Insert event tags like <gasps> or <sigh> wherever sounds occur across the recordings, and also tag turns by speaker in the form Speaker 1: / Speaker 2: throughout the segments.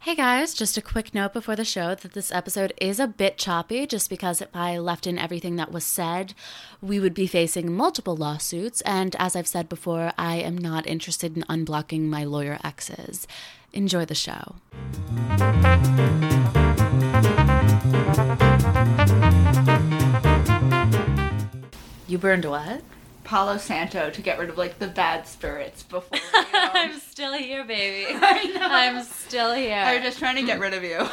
Speaker 1: Hey guys, just a quick note before the show that this episode is a bit choppy just because if I left in everything that was said, we would be facing multiple lawsuits. And as I've said before, I am not interested in unblocking my lawyer exes. Enjoy the show. You burned <laughs> what?
Speaker 2: Palo Santo to get rid of like the bad spirits before. <laughs> You know?
Speaker 1: still here, <laughs> baby.
Speaker 2: I know.
Speaker 1: still here.
Speaker 2: They're just trying to get rid of you. <laughs>
Speaker 1: All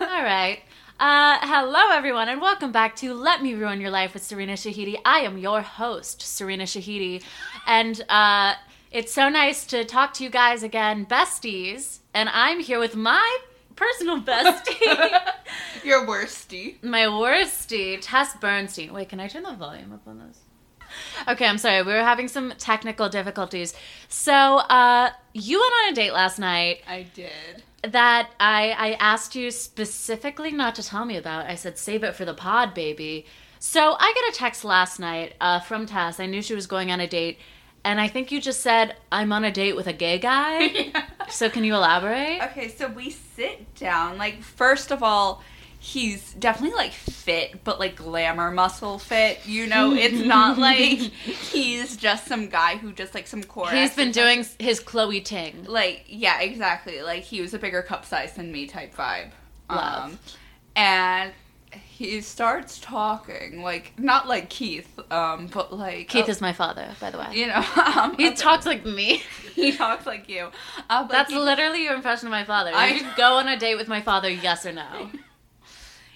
Speaker 1: right. Uh, hello, everyone, and welcome back to Let Me Ruin Your Life with Serena Shahidi. I am your host, Serena Shahidi, and uh, it's so nice to talk to you guys again, besties. And I'm here with my personal bestie,
Speaker 2: You're worsty.
Speaker 1: my worstie, Tess Bernstein. Wait, can I turn the volume up on this? Okay, I'm sorry. We were having some technical difficulties. So, uh, you went on a date last night
Speaker 2: I did. <laughs>
Speaker 1: that I, I asked you specifically not to tell me about. I said, save it for the pod, baby. So I got a text last night uh, from Tess. I knew she was going on a date. And I think you just said, I'm on a date with a gay
Speaker 2: <laughs>
Speaker 1: guy. so can you elaborate?
Speaker 2: Okay, so we sit down. Like, first of all, he's definitely like fit, but like glamour muscle fit. You know, it's <laughs> not like he's just some guy who just like some core.
Speaker 1: He's been doing his Chloe Ting.
Speaker 2: like yeah exactly like he was a bigger cup size than me type vibe
Speaker 1: Love.
Speaker 2: um and he starts talking like not like keith um but like
Speaker 1: Keith
Speaker 2: uh,
Speaker 1: is my father, by the way.
Speaker 2: you know <laughs> um,
Speaker 1: He talks like me.
Speaker 2: <laughs> he talks like you uh,
Speaker 1: <laughs>
Speaker 2: but
Speaker 1: That's
Speaker 2: he-
Speaker 1: literally your impression of my father.
Speaker 2: I-
Speaker 1: You should go on a date with my father, yes or
Speaker 2: <laughs>
Speaker 1: no.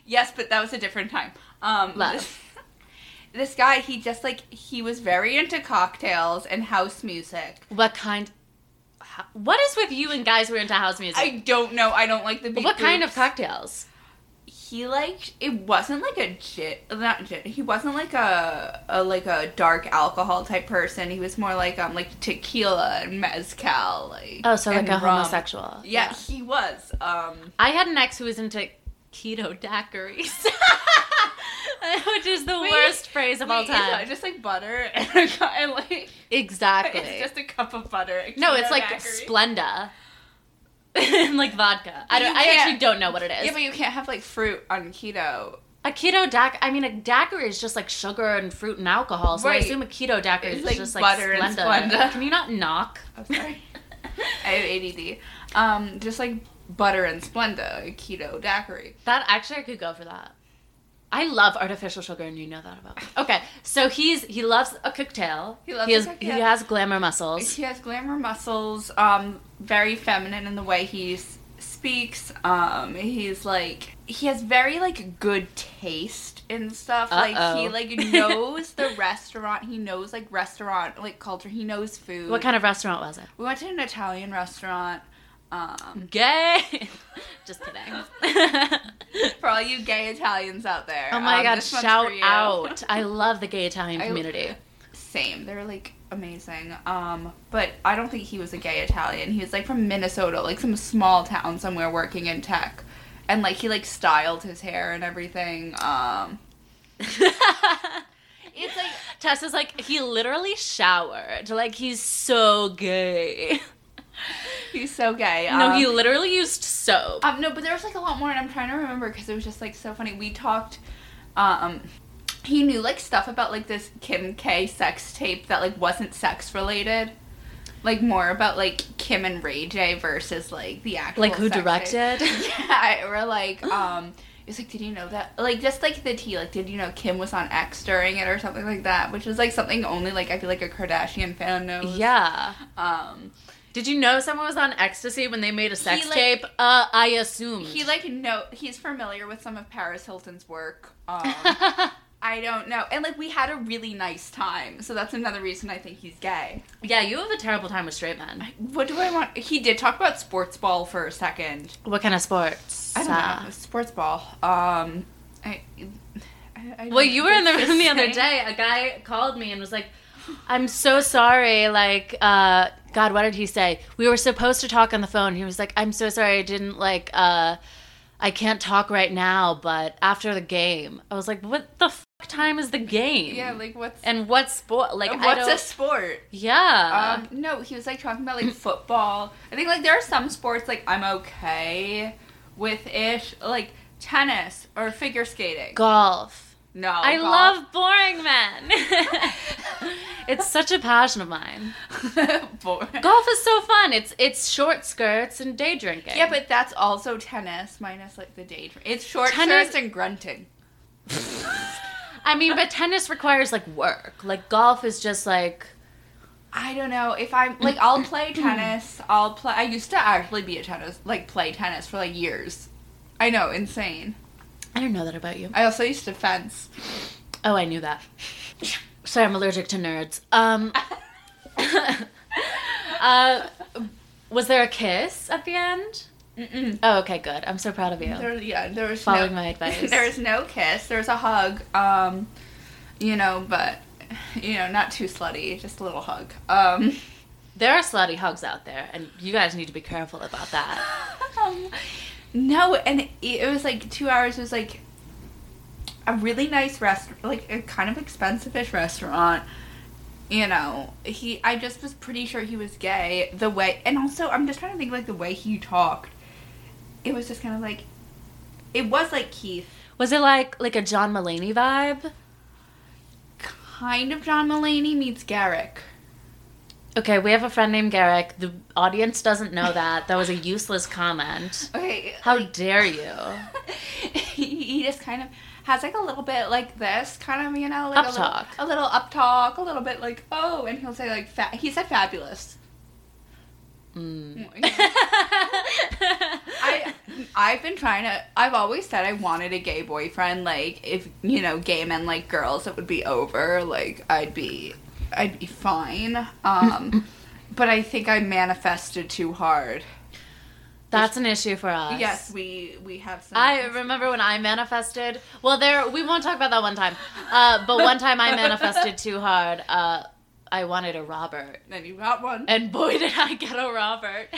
Speaker 2: yes but that was a different time um
Speaker 1: Love.
Speaker 2: this, <laughs> this guy he just like he was very into cocktails and house music
Speaker 1: What kind? how- What is with you and guys who are into house music?
Speaker 2: i don't know i don't like the big
Speaker 1: what kind of
Speaker 2: groups.
Speaker 1: cocktails?
Speaker 2: he liked it wasn't like a gin not gin he wasn't like a, a like a dark alcohol type person he was more like um like tequila and mezcal like
Speaker 1: Oh, so like
Speaker 2: and
Speaker 1: a
Speaker 2: rum.
Speaker 1: homosexual.
Speaker 2: yeah, he was um
Speaker 1: I had an ex who was into keto daiquiris, <laughs> which is the
Speaker 2: Wait,
Speaker 1: worst phrase <laughs>
Speaker 2: <laughs>
Speaker 1: of all
Speaker 2: wait, is that
Speaker 1: time.
Speaker 2: just like butter <laughs> and, a cu- and like
Speaker 1: exactly.
Speaker 2: it's just a cup of butter and
Speaker 1: no,
Speaker 2: keto
Speaker 1: it's like
Speaker 2: daiquiri.
Speaker 1: Splenda. <laughs> and like vodka. I
Speaker 2: You
Speaker 1: don't. I
Speaker 2: can't-
Speaker 1: actually don't know what it is.
Speaker 2: yeah but you can't have like fruit on keto
Speaker 1: a keto daiquiri. I mean, a daiquiri is just like sugar and fruit and alcohol. So I
Speaker 2: Right.
Speaker 1: assume a keto daiquiri
Speaker 2: It's
Speaker 1: is
Speaker 2: like
Speaker 1: just
Speaker 2: butter
Speaker 1: like
Speaker 2: and
Speaker 1: Splenda.
Speaker 2: Splenda.
Speaker 1: Can you not knock?
Speaker 2: i'm sorry <laughs> i have add um just like butter and splenda a keto daiquiri
Speaker 1: That actually, I could go for that. I love artificial sugar, and you know that about me. Okay, so he's he loves a cocktail.
Speaker 2: He loves
Speaker 1: he
Speaker 2: a
Speaker 1: has,
Speaker 2: cocktail.
Speaker 1: He has glamour muscles.
Speaker 2: <laughs> He has glamour muscles, um, very feminine in the way he s- speaks. Um, he's like he has very like good taste and stuff. Like
Speaker 1: Uh-oh. <laughs>
Speaker 2: he like knows the restaurant. He knows like restaurant like culture. He knows food.
Speaker 1: What kind of restaurant was it?
Speaker 2: we went to an Italian restaurant. Um,
Speaker 1: Gay. <laughs> Just kidding.
Speaker 2: for all you gay Italians out there.
Speaker 1: <laughs> oh my
Speaker 2: um,
Speaker 1: god!
Speaker 2: this one's
Speaker 1: Shout
Speaker 2: for you.
Speaker 1: out! I love the gay Italian
Speaker 2: I-
Speaker 1: community. <laughs>
Speaker 2: Same. They're like amazing. Um, but I don't think he was a gay Italian. He was like from Minnesota, like some small town somewhere working in tech. And like he like styled his hair and everything. Um It's like
Speaker 1: Tess is like he literally showered. Like he's so gay.
Speaker 2: he's so gay.
Speaker 1: no,
Speaker 2: um,
Speaker 1: he literally used soap.
Speaker 2: Um, no, but there was like a lot more, and I'm trying to remember because it was just like so funny. We talked. Um, he knew like stuff about like this Kim K sex tape that like wasn't sex related, like more about like Kim and Ray J versus like the actual
Speaker 1: Like who
Speaker 2: sex tape.
Speaker 1: directed?
Speaker 2: <laughs> yeah, or like um. It's like, did you know that? Like, just like the tea, like, did you know Kim was on X during it or something like that? Which is like something only, like, I feel like a Kardashian fan knows.
Speaker 1: yeah.
Speaker 2: Um,
Speaker 1: Did you know someone was on ecstasy when they made a sex
Speaker 2: like-
Speaker 1: tape? Uh, I assumed.
Speaker 2: He like no, he's familiar with some of Paris Hilton's work. Um, I don't know, and like we had a really nice time, so that's another reason I think he's gay.
Speaker 1: <laughs> yeah, you have a terrible time with straight men.
Speaker 2: What do I want? He did talk about sports ball for a second.
Speaker 1: What kind of sports?
Speaker 2: I don't know sports ball. Um, I. I, I
Speaker 1: Well,
Speaker 2: don't
Speaker 1: you were in the
Speaker 2: think
Speaker 1: room the
Speaker 2: it's
Speaker 1: other day. A guy called me and was like, "I'm so sorry." Like, uh, God, what did he say? We were supposed to talk on the phone. He was like, "I'm so sorry. I didn't like. Uh, I can't talk right now, but after the game." I was like, "What the." F-? time is the game?
Speaker 2: Yeah, like what's
Speaker 1: and what sport? Like, I
Speaker 2: what's
Speaker 1: don't-
Speaker 2: a sport?
Speaker 1: yeah,
Speaker 2: Um, no, he was like talking about like football. I think like there are some sports like I'm okay with ish, like tennis or figure skating.
Speaker 1: golf.
Speaker 2: no,
Speaker 1: I love
Speaker 2: golf.
Speaker 1: boring men. <laughs> it's such a passion of mine.
Speaker 2: <laughs> Boring.
Speaker 1: Golf is so fun. It's it's short skirts and day drinking.
Speaker 2: Yeah, but that's also tennis minus like the day. dr- It's short
Speaker 1: Tennis-
Speaker 2: skirts
Speaker 1: <laughs>
Speaker 2: and grunting.
Speaker 1: I mean, but tennis requires like work. Like golf is just like
Speaker 2: I don't know if I'm like
Speaker 1: <clears throat>
Speaker 2: I'll play tennis. I'll play. I used to actually be a tennis like play tennis for like years. I know, insane.
Speaker 1: I don't know that about you.
Speaker 2: I also used to
Speaker 1: <laughs>
Speaker 2: fence.
Speaker 1: Oh, I knew that. Sorry, I'm allergic to nerds. Um, <laughs> uh, was there a kiss at the end?
Speaker 2: Mm-mm.
Speaker 1: Oh, okay, good. I'm so proud of you.
Speaker 2: There, yeah, there was
Speaker 1: Following
Speaker 2: no,
Speaker 1: my advice.
Speaker 2: <laughs> there was no kiss. There was a hug. Um, you know, but you know, not too slutty. Just a little hug.
Speaker 1: <laughs>
Speaker 2: Um,
Speaker 1: There are slutty hugs out there, and you guys need to be careful about that.
Speaker 2: Um, no, and it, it was like two hours. It was like a really nice rest, like a kind of expensive-ish restaurant. You know, he. I just was pretty sure he was gay. The way, and also, I'm just trying to think like the way he talked. It was just kind of like, it was like Keith,
Speaker 1: Was it like like a John Mulaney vibe?
Speaker 2: kind of John Mulaney meets Garrick.
Speaker 1: Okay, we have a friend named Garrick. The audience doesn't know that. That was a useless comment.
Speaker 2: Okay,
Speaker 1: How dare you?
Speaker 2: <laughs> he, he just kind of has like a little bit like this kind of you know like a
Speaker 1: Uptalk.
Speaker 2: little, a little up talk a little bit like oh and he'll say like fa- he said fabulous
Speaker 1: Mm. <laughs>
Speaker 2: i i've been trying to i've always said i wanted a gay boyfriend like if you know gay men like girls it would be over like i'd be i'd be fine
Speaker 1: <laughs>
Speaker 2: um but i think i manifested too hard
Speaker 1: That's an issue for us.
Speaker 2: yes we we have some
Speaker 1: I remember when I manifested. Well, there we won't talk about that one time. Uh, but one time I manifested too hard. Uh, I wanted a Robert,
Speaker 2: and you got one
Speaker 1: and boy did I get a Robert.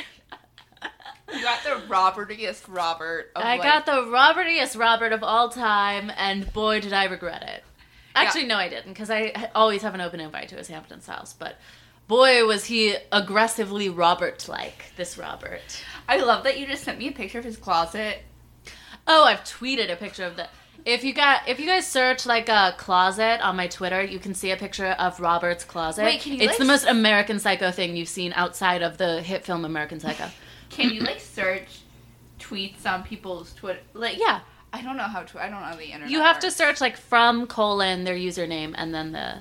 Speaker 2: you got the robertiest robert of,
Speaker 1: I
Speaker 2: like,
Speaker 1: got the Robertiest Robert of all time, and boy did I regret it. Actually, no, I didn't, because I h- always have an open invite to his Hamptons house. But boy, was he aggressively Robert-like. This Robert.
Speaker 2: I love that you just sent me a picture of his closet.
Speaker 1: Oh, I've tweeted a picture of that. If you got, if you guys search like a closet on my Twitter, you can see a picture of Robert's closet.
Speaker 2: Wait, can you,
Speaker 1: It's
Speaker 2: like,
Speaker 1: the
Speaker 2: s-
Speaker 1: most American Psycho thing you've seen outside of the hit film American Psycho.
Speaker 2: Can you
Speaker 1: <clears throat>
Speaker 2: like search tweets on people's Twitter? Like,
Speaker 1: yeah,
Speaker 2: I don't know how to. I don't know the internet.
Speaker 1: you have to
Speaker 2: works. <laughs>
Speaker 1: search like from colon their username and then the.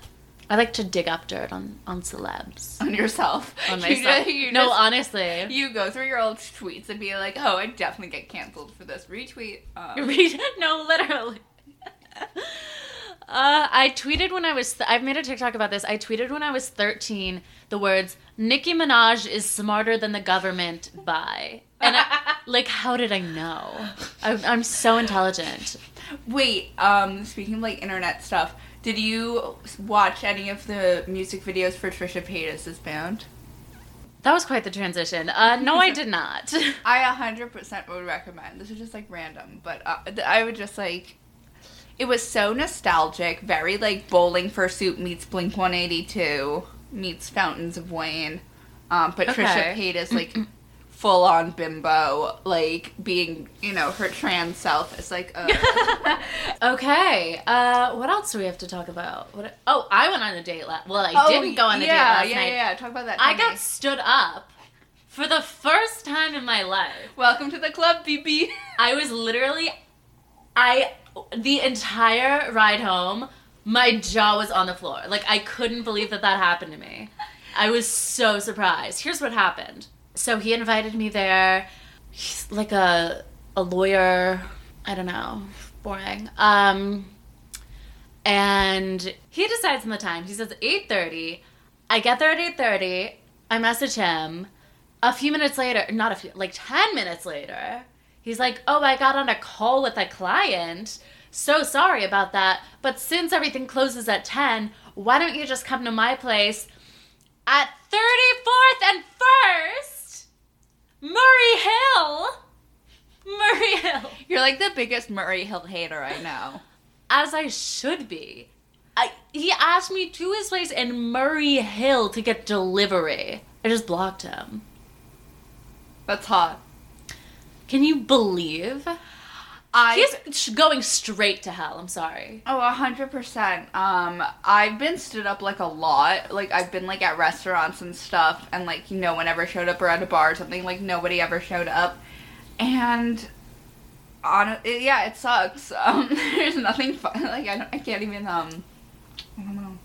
Speaker 1: I like to dig up dirt on on
Speaker 2: <laughs>
Speaker 1: celebs.
Speaker 2: on yourself.
Speaker 1: On
Speaker 2: You ju-
Speaker 1: myself.
Speaker 2: you
Speaker 1: no,
Speaker 2: just-
Speaker 1: honestly.
Speaker 2: <laughs> you go through your old tweets and be like, "Oh, I definitely get canceled for this retweet."
Speaker 1: <laughs>
Speaker 2: Um,
Speaker 1: Read no, literally. <laughs> Uh, I tweeted when I was. Th- I've made a TikTok about this. I tweeted when I was 13 the words "Nicki Minaj is smarter than the government." Bye. And
Speaker 2: <laughs>
Speaker 1: I, like, how did I know? I'm, I'm so intelligent.
Speaker 2: wait, um, speaking of like internet stuff, did you watch any of the music videos for Trisha Paytas' band?
Speaker 1: That was quite the transition. Uh, no, I did not. <laughs>
Speaker 2: I 100% would recommend. This is just like random, but uh, th- I would just like. It was so nostalgic, very like Bowling for Soup meets Blink 182 meets Fountains of Wayne. Um, but Trisha
Speaker 1: Okay.
Speaker 2: Paytas, like, full on bimbo, like being, you know, her trans self is like,
Speaker 1: <laughs>
Speaker 2: uh,
Speaker 1: okay. Uh, what else do we have to talk about? What? Oh, I went on a date last. Well, I didn't go on a
Speaker 2: Oh, yeah,
Speaker 1: date last
Speaker 2: yeah,
Speaker 1: night.
Speaker 2: Yeah, yeah, talk about that.
Speaker 1: I
Speaker 2: tell
Speaker 1: got
Speaker 2: me.
Speaker 1: stood up for the first time in my life.
Speaker 2: Welcome to the club, BB. <laughs>
Speaker 1: I was literally, I, the entire ride home, my jaw was on the floor. Like, I couldn't believe that that happened to me. I was so surprised. Here's what happened. So he invited me there. He's like a, a lawyer. I don't know. Boring. Um, and he decides on the time. He says 8.30. I get there at 8.30. I message him. A few minutes later, not a few, like 10 minutes later, He's like, Oh, I got on a call with a client. So sorry about that. But since everything closes at 10, why don't you just come to my place at 34th and 1st? Murray Hill! Murray Hill.
Speaker 2: You're like the biggest Murray Hill hater I know.
Speaker 1: as I should be.
Speaker 2: I,
Speaker 1: He asked me to his place in Murray Hill to get delivery. I just blocked him.
Speaker 2: that's hot.
Speaker 1: Can you believe?
Speaker 2: I
Speaker 1: He's sh- going straight to hell. I'm sorry.
Speaker 2: Oh, a hundred percent. Um, I've been stood up like a lot. Like I've been like at restaurants and stuff, and like no one ever showed up, or at a bar or something. Like nobody ever showed up, and on it, yeah, it sucks. <laughs> Um, there's nothing fun. <laughs> Like I, don't, I can't even um, I don't know.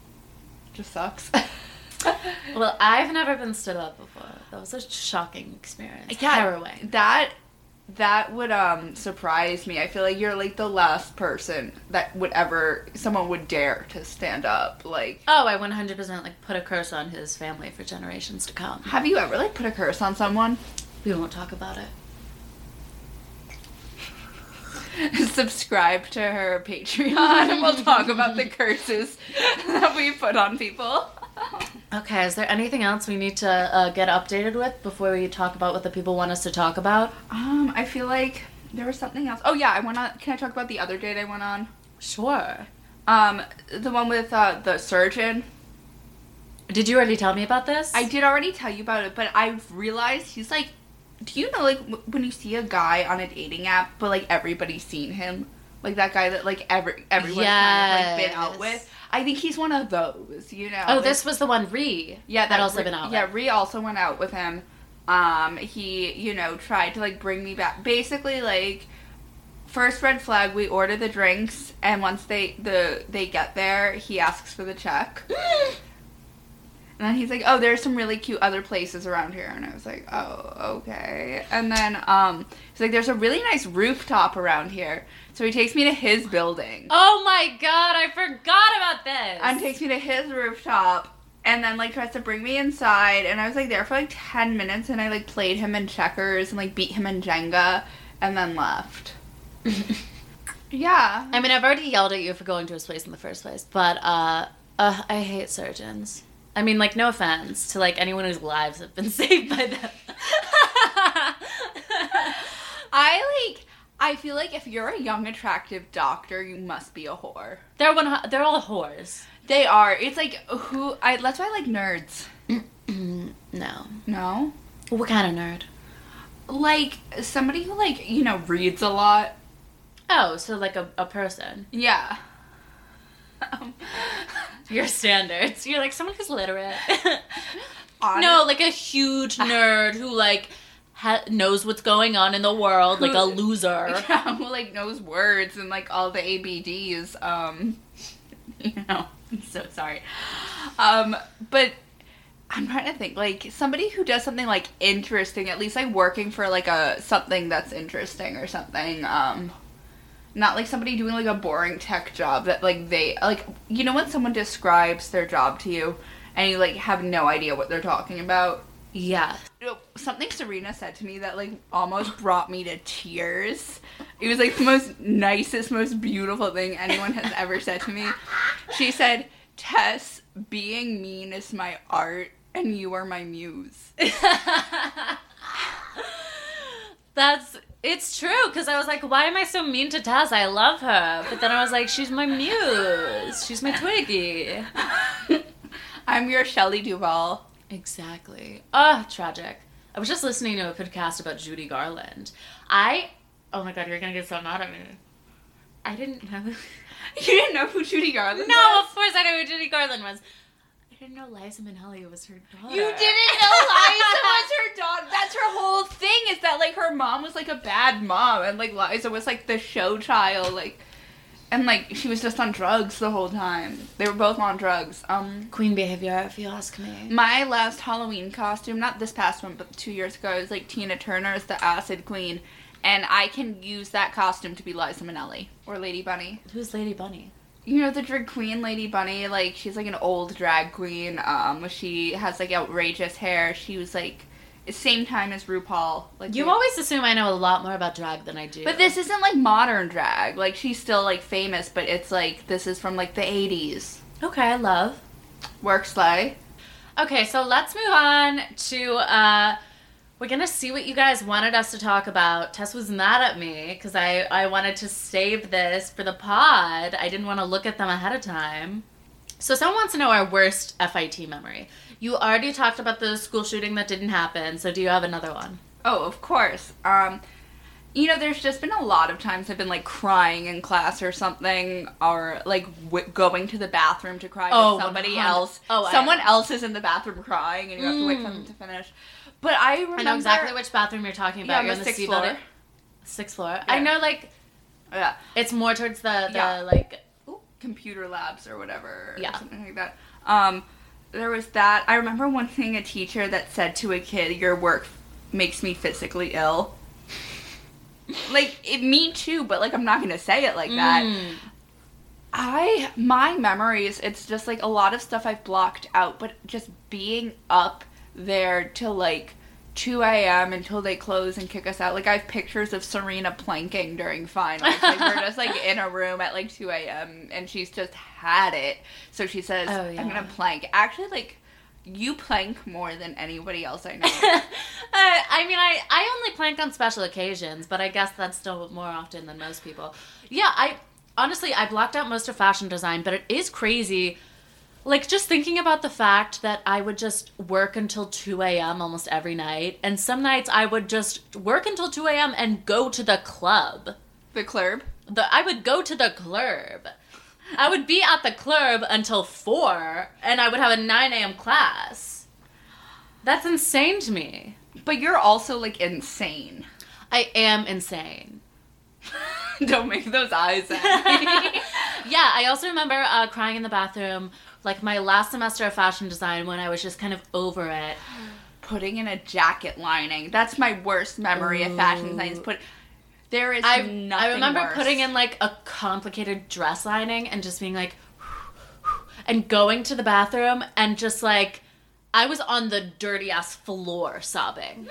Speaker 2: It just sucks. <laughs>
Speaker 1: Well, I've never been stood up before. That was a shocking experience.
Speaker 2: Yeah,
Speaker 1: Harrowing.
Speaker 2: That that would um surprise me. I feel like you're like the last person that would ever someone would dare to stand up. Like
Speaker 1: Oh, I 100% like put a curse on his family for generations to come.
Speaker 2: Have you ever like put a curse on someone? <laughs>
Speaker 1: We won't talk about it.
Speaker 2: Subscribe to her Patreon <laughs> and we'll talk about the curses <laughs> that we put on people. <laughs>
Speaker 1: Okay, is there anything else we need to uh, get updated with before we talk about what the people want us to talk about?
Speaker 2: Um, I feel like there was something else. Oh yeah, I went on. Can I talk about the other date I went on?
Speaker 1: Sure.
Speaker 2: Um, the one with uh, the surgeon.
Speaker 1: Did you already tell me about this?
Speaker 2: I did already tell you about it, but I realized he's like, do you know like w- when you see a guy on a dating app, but like everybody's seen him, like that guy that like every everyone's kind of like been out
Speaker 1: Yes.
Speaker 2: with. I think he's one of those, you know.
Speaker 1: Oh,
Speaker 2: like-
Speaker 1: this was the one re.
Speaker 2: Yeah,
Speaker 1: that also
Speaker 2: Ree-
Speaker 1: been out.
Speaker 2: Yeah,
Speaker 1: with.
Speaker 2: Ree also went out with him. Um, he, you know, tried to like bring me back. Basically, like first red flag, we order the drinks, and once they the they get there, he asks for
Speaker 1: <gasps>
Speaker 2: the check, and then he's like, "Oh, there's some really cute other places around here," and I was like, "Oh, okay." And then um, he's like, "There's a really nice rooftop around here," so he takes me to his building.
Speaker 1: Oh my god, I forgot about this.
Speaker 2: and takes me to his rooftop and then like tries to bring me inside and i was like there for like 10 minutes and i like played him in checkers and like beat him in jenga and then left <laughs> yeah
Speaker 1: I mean, I've already yelled at you for going to his place in the first place, but uh, uh, I hate surgeons. I mean, like, no offense to like anyone whose lives have been <laughs> saved by them.
Speaker 2: i like i feel like if you're a young attractive doctor you must be a whore
Speaker 1: they're one. They're all whores.
Speaker 2: they are it's like who i that's why i like nerds
Speaker 1: Mm, No.
Speaker 2: no
Speaker 1: What kind of nerd?
Speaker 2: like somebody who like you know reads a lot
Speaker 1: Oh, so like a, a person.
Speaker 2: yeah <laughs> Um,
Speaker 1: Your standards. You're like someone who's literate. <laughs>
Speaker 2: Honest-
Speaker 1: no, like a <laughs> huge nerd who like ha- knows what's going on in the world, like a
Speaker 2: Who- <laughs>
Speaker 1: loser.
Speaker 2: Yeah, who like knows words and like all the ABDs. Um, <laughs> you know, I'm so sorry. Um, but I'm trying to think like somebody who does something like interesting, at least like working for like a something that's interesting or something. Um, not like somebody doing like a boring tech job that like they like you know when someone describes their job to you and you like have no idea what they're talking about.
Speaker 1: <laughs> Yeah.
Speaker 2: Something Serena said to me that like almost brought me to tears. It was like the most nicest, most beautiful thing anyone has ever said to me. She said, "Tess, being mean is my art, and you are my muse." <laughs>
Speaker 1: <laughs> That's it's true because I was like, why am I so mean to Taz? I love her, but then I was like, she's my muse. She's my Twiggy.
Speaker 2: I'm your Shelley Duvall.
Speaker 1: Exactly. Ah, tragic. I was just listening to a podcast about Judy Garland. I oh my god, you're gonna get so mad at me. I didn't know. <laughs>
Speaker 2: You didn't know who Judy Garland
Speaker 1: no, of course I know who Judy Garland was. I didn't know Liza Minnelli was her daughter.
Speaker 2: You didn't know Liza was her daughter. That's her whole thing is that like her mom was like a bad mom and like Liza was like the show child like and like she was just on drugs the whole time. They were both on drugs. Um
Speaker 1: Queen behavior, if you ask me.
Speaker 2: my last Halloween costume, not this past one, but 2 years ago, it was like Tina Turner's The Acid Queen and I can use that costume to be Liza Minnelli or Lady Bunny.
Speaker 1: Who's Lady Bunny?
Speaker 2: You know the drag queen Lady Bunny, like she's like an old drag queen. Um, she has like outrageous hair. She was like same time as RuPaul. Like
Speaker 1: You
Speaker 2: they-
Speaker 1: always assume I know a lot more about drag than I do.
Speaker 2: But this isn't like modern drag. Like she's still like famous, but it's like this is from like the eighties.
Speaker 1: Okay, I love.
Speaker 2: Work slay.
Speaker 1: Okay, so let's move on to uh, We're gonna see what you guys wanted us to talk about. Tess was mad at me because I, I wanted to save this for the pod. I didn't want to look at them ahead of time. So someone wants to know our worst FIT memory. You already talked about the school shooting that didn't happen, so do you have another one?
Speaker 2: Oh, of course. Um, you know, there's just been a lot of times I've been like crying in class or something, or like w- going to the bathroom to cry.
Speaker 1: Oh,
Speaker 2: with somebody
Speaker 1: 100.
Speaker 2: else.
Speaker 1: Oh, I-
Speaker 2: someone else is in the bathroom crying, and you have to wait for
Speaker 1: Mm.
Speaker 2: them to finish. But I remember.
Speaker 1: I know exactly which bathroom you're talking about.
Speaker 2: Yeah, on
Speaker 1: you're
Speaker 2: the
Speaker 1: on the
Speaker 2: sixth
Speaker 1: C
Speaker 2: floor.
Speaker 1: building. Sixth floor. I
Speaker 2: Yeah.
Speaker 1: know, like
Speaker 2: Yeah.
Speaker 1: it's more towards the the
Speaker 2: Yeah.
Speaker 1: like
Speaker 2: Ooh, computer labs or whatever.
Speaker 1: Yeah.
Speaker 2: Or something like that. Um, there was that. I remember one thing a teacher that said to a kid, "Your work makes me physically ill." like it, me too, but like I'm not gonna say it like that.
Speaker 1: Mm.
Speaker 2: I my memories, it's just like a lot of stuff I've blocked out, but just being up there till like 2 a.m. until they close and kick us out. Like I have pictures of Serena planking during finals. Like we're just like in a room at like 2 a.m. and she's just had it. So she says,
Speaker 1: Oh, yeah.
Speaker 2: "I'm gonna plank." Actually, like you plank more than anybody else I
Speaker 1: <laughs>
Speaker 2: know.
Speaker 1: uh, I mean, I, I only plank on special occasions, but I guess that's still more often than most people. Yeah, I honestly, I blocked out most of fashion design, but it is crazy. Like, just thinking about the fact that I would just work until 2 a.m. almost every night, and some nights I would just work until 2 a.m. and go to the club.
Speaker 2: the club.
Speaker 1: The, I would go to the club. I would be at the club until 4, and I would have a 9 a.m. class. That's insane to me.
Speaker 2: But you're also like insane. <laughs>
Speaker 1: I am insane.
Speaker 2: Don't make those eyes at
Speaker 1: <laughs>
Speaker 2: me.
Speaker 1: yeah, I also remember uh, crying in the bathroom, like my last semester of fashion design when I was just kind of over it.
Speaker 2: putting in a jacket lining. That's my worst memory of fashion design. Is put there is
Speaker 1: I
Speaker 2: nothing.
Speaker 1: I remember
Speaker 2: worse.
Speaker 1: putting in like a complicated dress lining and just being like, and going to the bathroom and just like, I was on the dirty ass floor sobbing.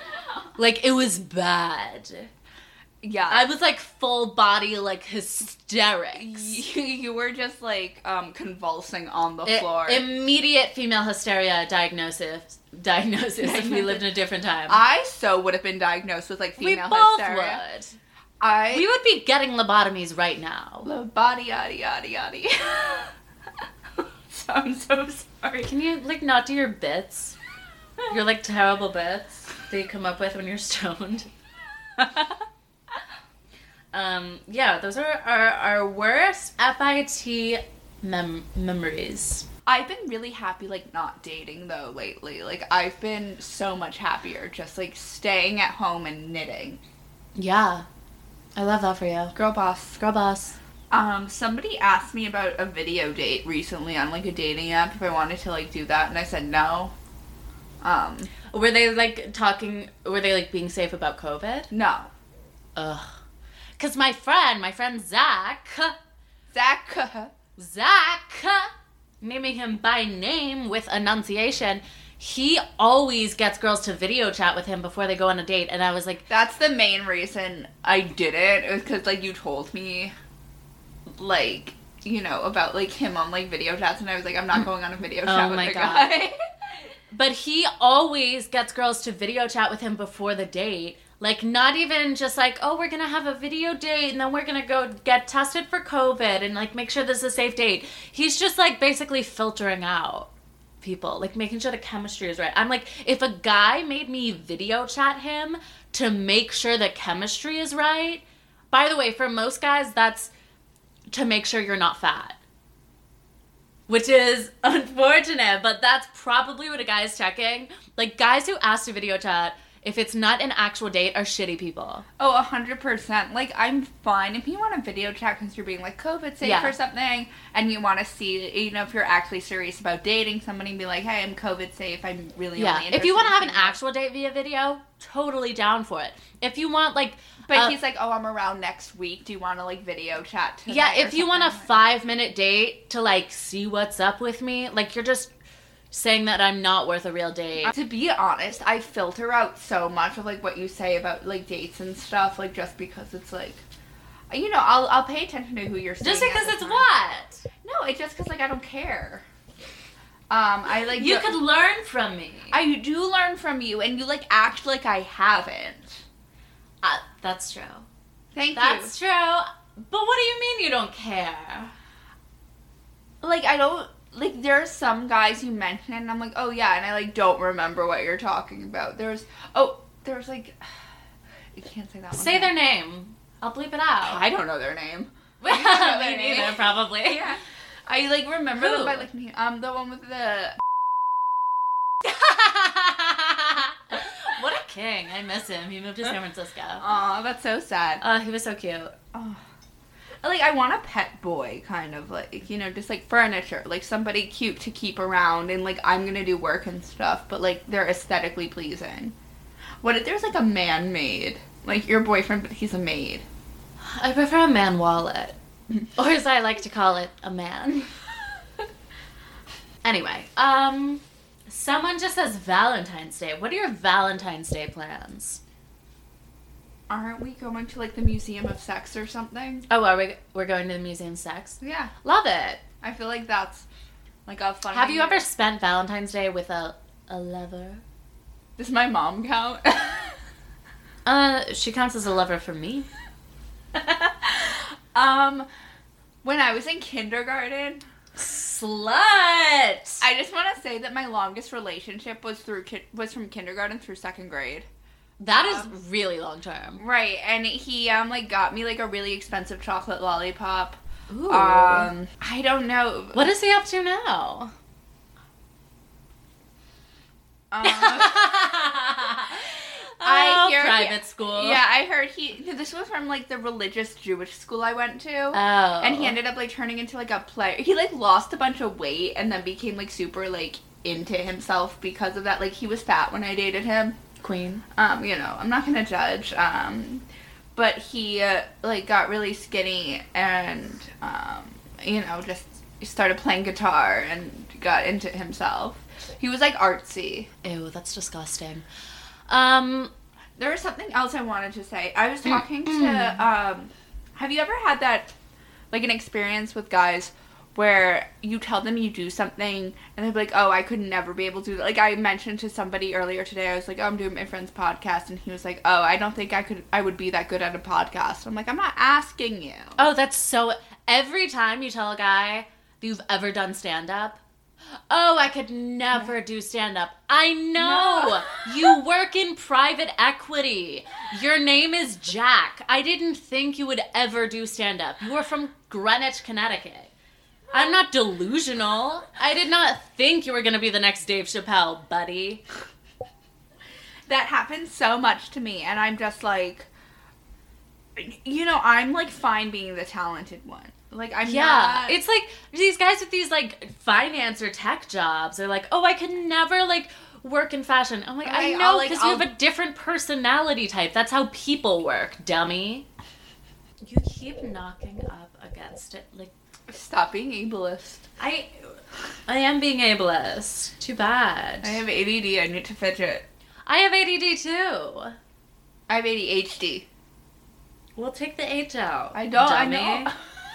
Speaker 1: Like it was bad.
Speaker 2: <laughs> yeah.
Speaker 1: I was like full body like hysterics.
Speaker 2: <laughs> you, you were just like um, convulsing on the
Speaker 1: I-
Speaker 2: floor.
Speaker 1: Immediate female hysteria diagnosis. Diagnosis. if we
Speaker 2: Diagnosis.
Speaker 1: lived in a different <laughs> time.
Speaker 2: I so would have been diagnosed with like
Speaker 1: we
Speaker 2: female
Speaker 1: both
Speaker 2: hysteria.
Speaker 1: would.
Speaker 2: I
Speaker 1: We would be getting lobotomies right now.
Speaker 2: the body yada yada yada. <laughs> so I'm so sorry.
Speaker 1: Can you like not do your bits? Your like terrible bits that you come up with when you're stoned.
Speaker 2: <laughs>
Speaker 1: Um, yeah, those are our, our worst FIT mem- memories.
Speaker 2: I've been really happy, like, not dating though lately. Like, I've been so much happier just like staying at home and knitting.
Speaker 1: Yeah. I love that for you.
Speaker 2: Girl boss.
Speaker 1: Girl boss.
Speaker 2: Um, somebody asked me about a video date recently on like a dating app if I wanted to like do that, and I said no. Um,
Speaker 1: Were they like talking, were they like being safe about COVID?
Speaker 2: no.
Speaker 1: Ugh. Cause my friend, my friend Zach,
Speaker 2: Zach,
Speaker 1: Zach, naming him by name with enunciation, he always gets girls to video chat with him before they go on a date. And I was like,
Speaker 2: <laughs> that's the main reason I didn't. It was because like you told me, like you know about like him on like video chats, and I was like, I'm not going on a video chat with
Speaker 1: Mm. Oh my
Speaker 2: the
Speaker 1: God.
Speaker 2: guy. <laughs>
Speaker 1: but he always gets girls to video chat with him before the date. Like, not even just like, oh, we're gonna have a video date and then we're gonna go get tested for COVID and like make sure this is a safe date. He's just like basically filtering out people, like making sure the chemistry is right. I'm like, if a guy made me video chat him to make sure the chemistry is right, by the way, for most guys, that's to make sure you're not fat. Which is unfortunate, but that's probably what a guy is checking. Like, guys who ask to video chat, if it's not an actual date, are shitty people.
Speaker 2: Oh, hundred percent. Like I'm fine if you want a video chat because you're being like COVID safe
Speaker 1: Yeah.
Speaker 2: or something, and you want to see, you know, if you're actually serious about dating somebody, and be like, hey, I'm COVID safe. I'm really
Speaker 1: Yeah.
Speaker 2: Only
Speaker 1: If you want to have
Speaker 2: interested in
Speaker 1: an
Speaker 2: seeing you."
Speaker 1: actual date via video, totally down for it. If you want, like,
Speaker 2: But
Speaker 1: uh,
Speaker 2: he's like, oh, I'm around next week. Do you want to like video chat? Tonight
Speaker 1: yeah,
Speaker 2: or
Speaker 1: if you want a
Speaker 2: something?"
Speaker 1: five minute date to, like, see what's up with me, like, you're just saying that I'm not worth a real date.
Speaker 2: To be honest, I filter out so much of like what you say about like dates and stuff, like just because it's like, you know, I'll I'll pay attention to who you're.
Speaker 1: Just
Speaker 2: seeing at
Speaker 1: because
Speaker 2: the
Speaker 1: it's
Speaker 2: time.
Speaker 1: what?
Speaker 2: No, it's just because like I don't care. Um, I like
Speaker 1: You
Speaker 2: go-
Speaker 1: could learn from me.
Speaker 2: I do learn from you, and you like act like I haven't.
Speaker 1: Uh, that's true.
Speaker 2: Thank
Speaker 1: That's true. But what do you mean you don't care?
Speaker 2: you. Like I don't like there are some guys you mention, and I'm like, oh yeah, and I like don't remember what you're talking about. There's oh there's like <sighs> you can't say that. one.
Speaker 1: Say their name. I'll bleep it <laughs> out.
Speaker 2: I don't know their name.
Speaker 1: Well,
Speaker 2: their
Speaker 1: me
Speaker 2: name.
Speaker 1: neither, probably.
Speaker 2: Yeah. <laughs> I like remember
Speaker 1: Who?
Speaker 2: them by like name. um the one with the
Speaker 1: <laughs> what a king. I miss him. He moved to San Francisco.
Speaker 2: oh that's so sad.
Speaker 1: Uh, he was so cute.
Speaker 2: Oh. Like I want a pet boy kind of like you know just like furniture like somebody cute to keep around and like I'm gonna do work and stuff but like they're aesthetically pleasing. What if there's like a man made like your boyfriend but he's a maid.
Speaker 1: <laughs> I prefer a man wallet. <laughs> Or as I like to call it, a man. Anyway, um, someone just says Valentine's Day. What are your Valentine's Day plans?
Speaker 2: Aren't we going to like the Museum of Sex or something?
Speaker 1: Oh, are we? We're going to the Museum of Sex.
Speaker 2: Yeah,
Speaker 1: Love it.
Speaker 2: I feel like that's like a fun.
Speaker 1: Have you ever spent Valentine's Day with a a lover?
Speaker 2: Does my mom count? <laughs>
Speaker 1: Uh, she counts as a lover for me.
Speaker 2: um, when I was in kindergarten,
Speaker 1: Slut.
Speaker 2: I just want to say that my longest relationship was through ki- was from kindergarten through second grade.
Speaker 1: That is really long term.
Speaker 2: Right, and he um like got me like a really expensive chocolate lollipop.
Speaker 1: Ooh.
Speaker 2: Um, I don't know.
Speaker 1: what is he up to now? <laughs>
Speaker 2: <laughs> Um,
Speaker 1: Oh,
Speaker 2: hear-
Speaker 1: private school.
Speaker 2: yeah, I heard he. This was from like the religious Jewish school I went to.
Speaker 1: Oh.
Speaker 2: and he ended up like turning into like a player. He like lost a bunch of weight and then became like super like into himself because of that. Like he was fat when I dated him.
Speaker 1: queen.
Speaker 2: Um, you know, I'm not gonna judge. Um, but he uh, like got really skinny and um, you know just started playing guitar and got into himself. He was like artsy.
Speaker 1: Ew, that's disgusting. Um,
Speaker 2: There was something else I wanted to say. I was talking to um have you ever had that like an experience with guys where you tell them you do something and they're like, "Oh, I could never be able to do that." Like I mentioned to somebody earlier today, I was like, "Oh, I'm doing my friend's podcast." And he was like, "Oh, I don't think I could I would be that good at a podcast." I'm like, "I'm not asking you."
Speaker 1: oh, that's so. Every time you tell a guy that you've ever done stand up, oh, I could never do stand up. I know.
Speaker 2: No.
Speaker 1: you work in private equity. Your name is Jack. I didn't think you would ever do stand up. You are from Greenwich, Connecticut. I'm not delusional. I did not think you were going to be the next Dave Chappelle, buddy.
Speaker 2: That happens so much to me and I'm just like you know, I'm like fine being the talented one. Like I'm
Speaker 1: Yeah,
Speaker 2: not
Speaker 1: it's like these guys with these like finance or tech jobs are like, oh, I can never like work in fashion. I'm like, I
Speaker 2: Right, I'll,
Speaker 1: know
Speaker 2: like,
Speaker 1: because
Speaker 2: I'll-
Speaker 1: you have a different personality type. That's how people work, dummy. You keep knocking up against it. Like
Speaker 2: stop being ableist.
Speaker 1: I, I am being ableist. Too bad.
Speaker 2: I have ADD. I need to fidget.
Speaker 1: I have ADD too.
Speaker 2: I have ADHD.
Speaker 1: We'll take the H out.
Speaker 2: I don't.
Speaker 1: Dummy.
Speaker 2: I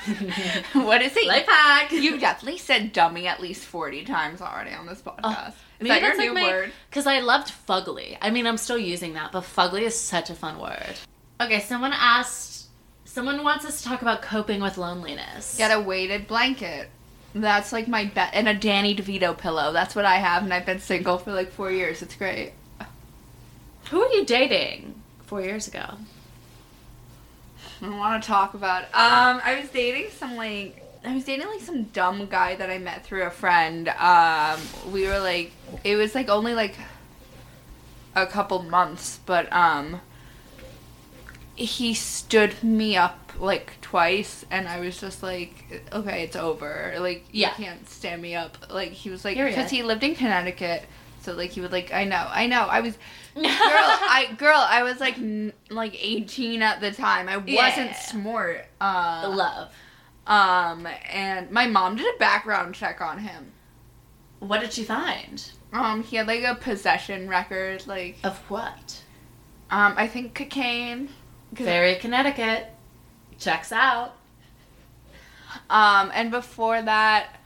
Speaker 1: <laughs>
Speaker 2: know. <laughs> what is it?
Speaker 1: Life
Speaker 2: <laughs>
Speaker 1: hack.
Speaker 2: you definitely said "dummy" at least forty times already on this podcast. is
Speaker 1: Maybe
Speaker 2: that your
Speaker 1: that's
Speaker 2: new
Speaker 1: like my,
Speaker 2: word?
Speaker 1: Because I loved fugly. I mean, I'm still using that, but fugly is such a fun word. Okay, someone asked. Someone wants us to talk about coping with loneliness.
Speaker 2: Get a weighted blanket. That's like my bet, and a Danny DeVito pillow. That's what I have, and I've been single for like four years. It's great.
Speaker 1: Who are you dating? Four years ago.
Speaker 2: I don't want to talk about. it. Um, I was dating some like I was dating like some dumb guy that I met through a friend. Um, we were like it was like only like a couple months, but um, he stood me up like twice, and I was just like, okay, it's over. Like
Speaker 1: Yeah.
Speaker 2: you can't stand me up. Like he was like
Speaker 1: Period.
Speaker 2: because he lived in Connecticut. So like he would like I know I know I was girl, I girl, I was like n- like 18 at the time. I wasn't
Speaker 1: Yeah.
Speaker 2: smart. Uh,
Speaker 1: <laughs> Love.
Speaker 2: um, and my mom did a background check on him.
Speaker 1: What did you find?
Speaker 2: Um, he had like a possession record, like
Speaker 1: Of what?
Speaker 2: um, I think cocaine. 'Cause-
Speaker 1: Very Connecticut. Checks out.
Speaker 2: Um, and before that,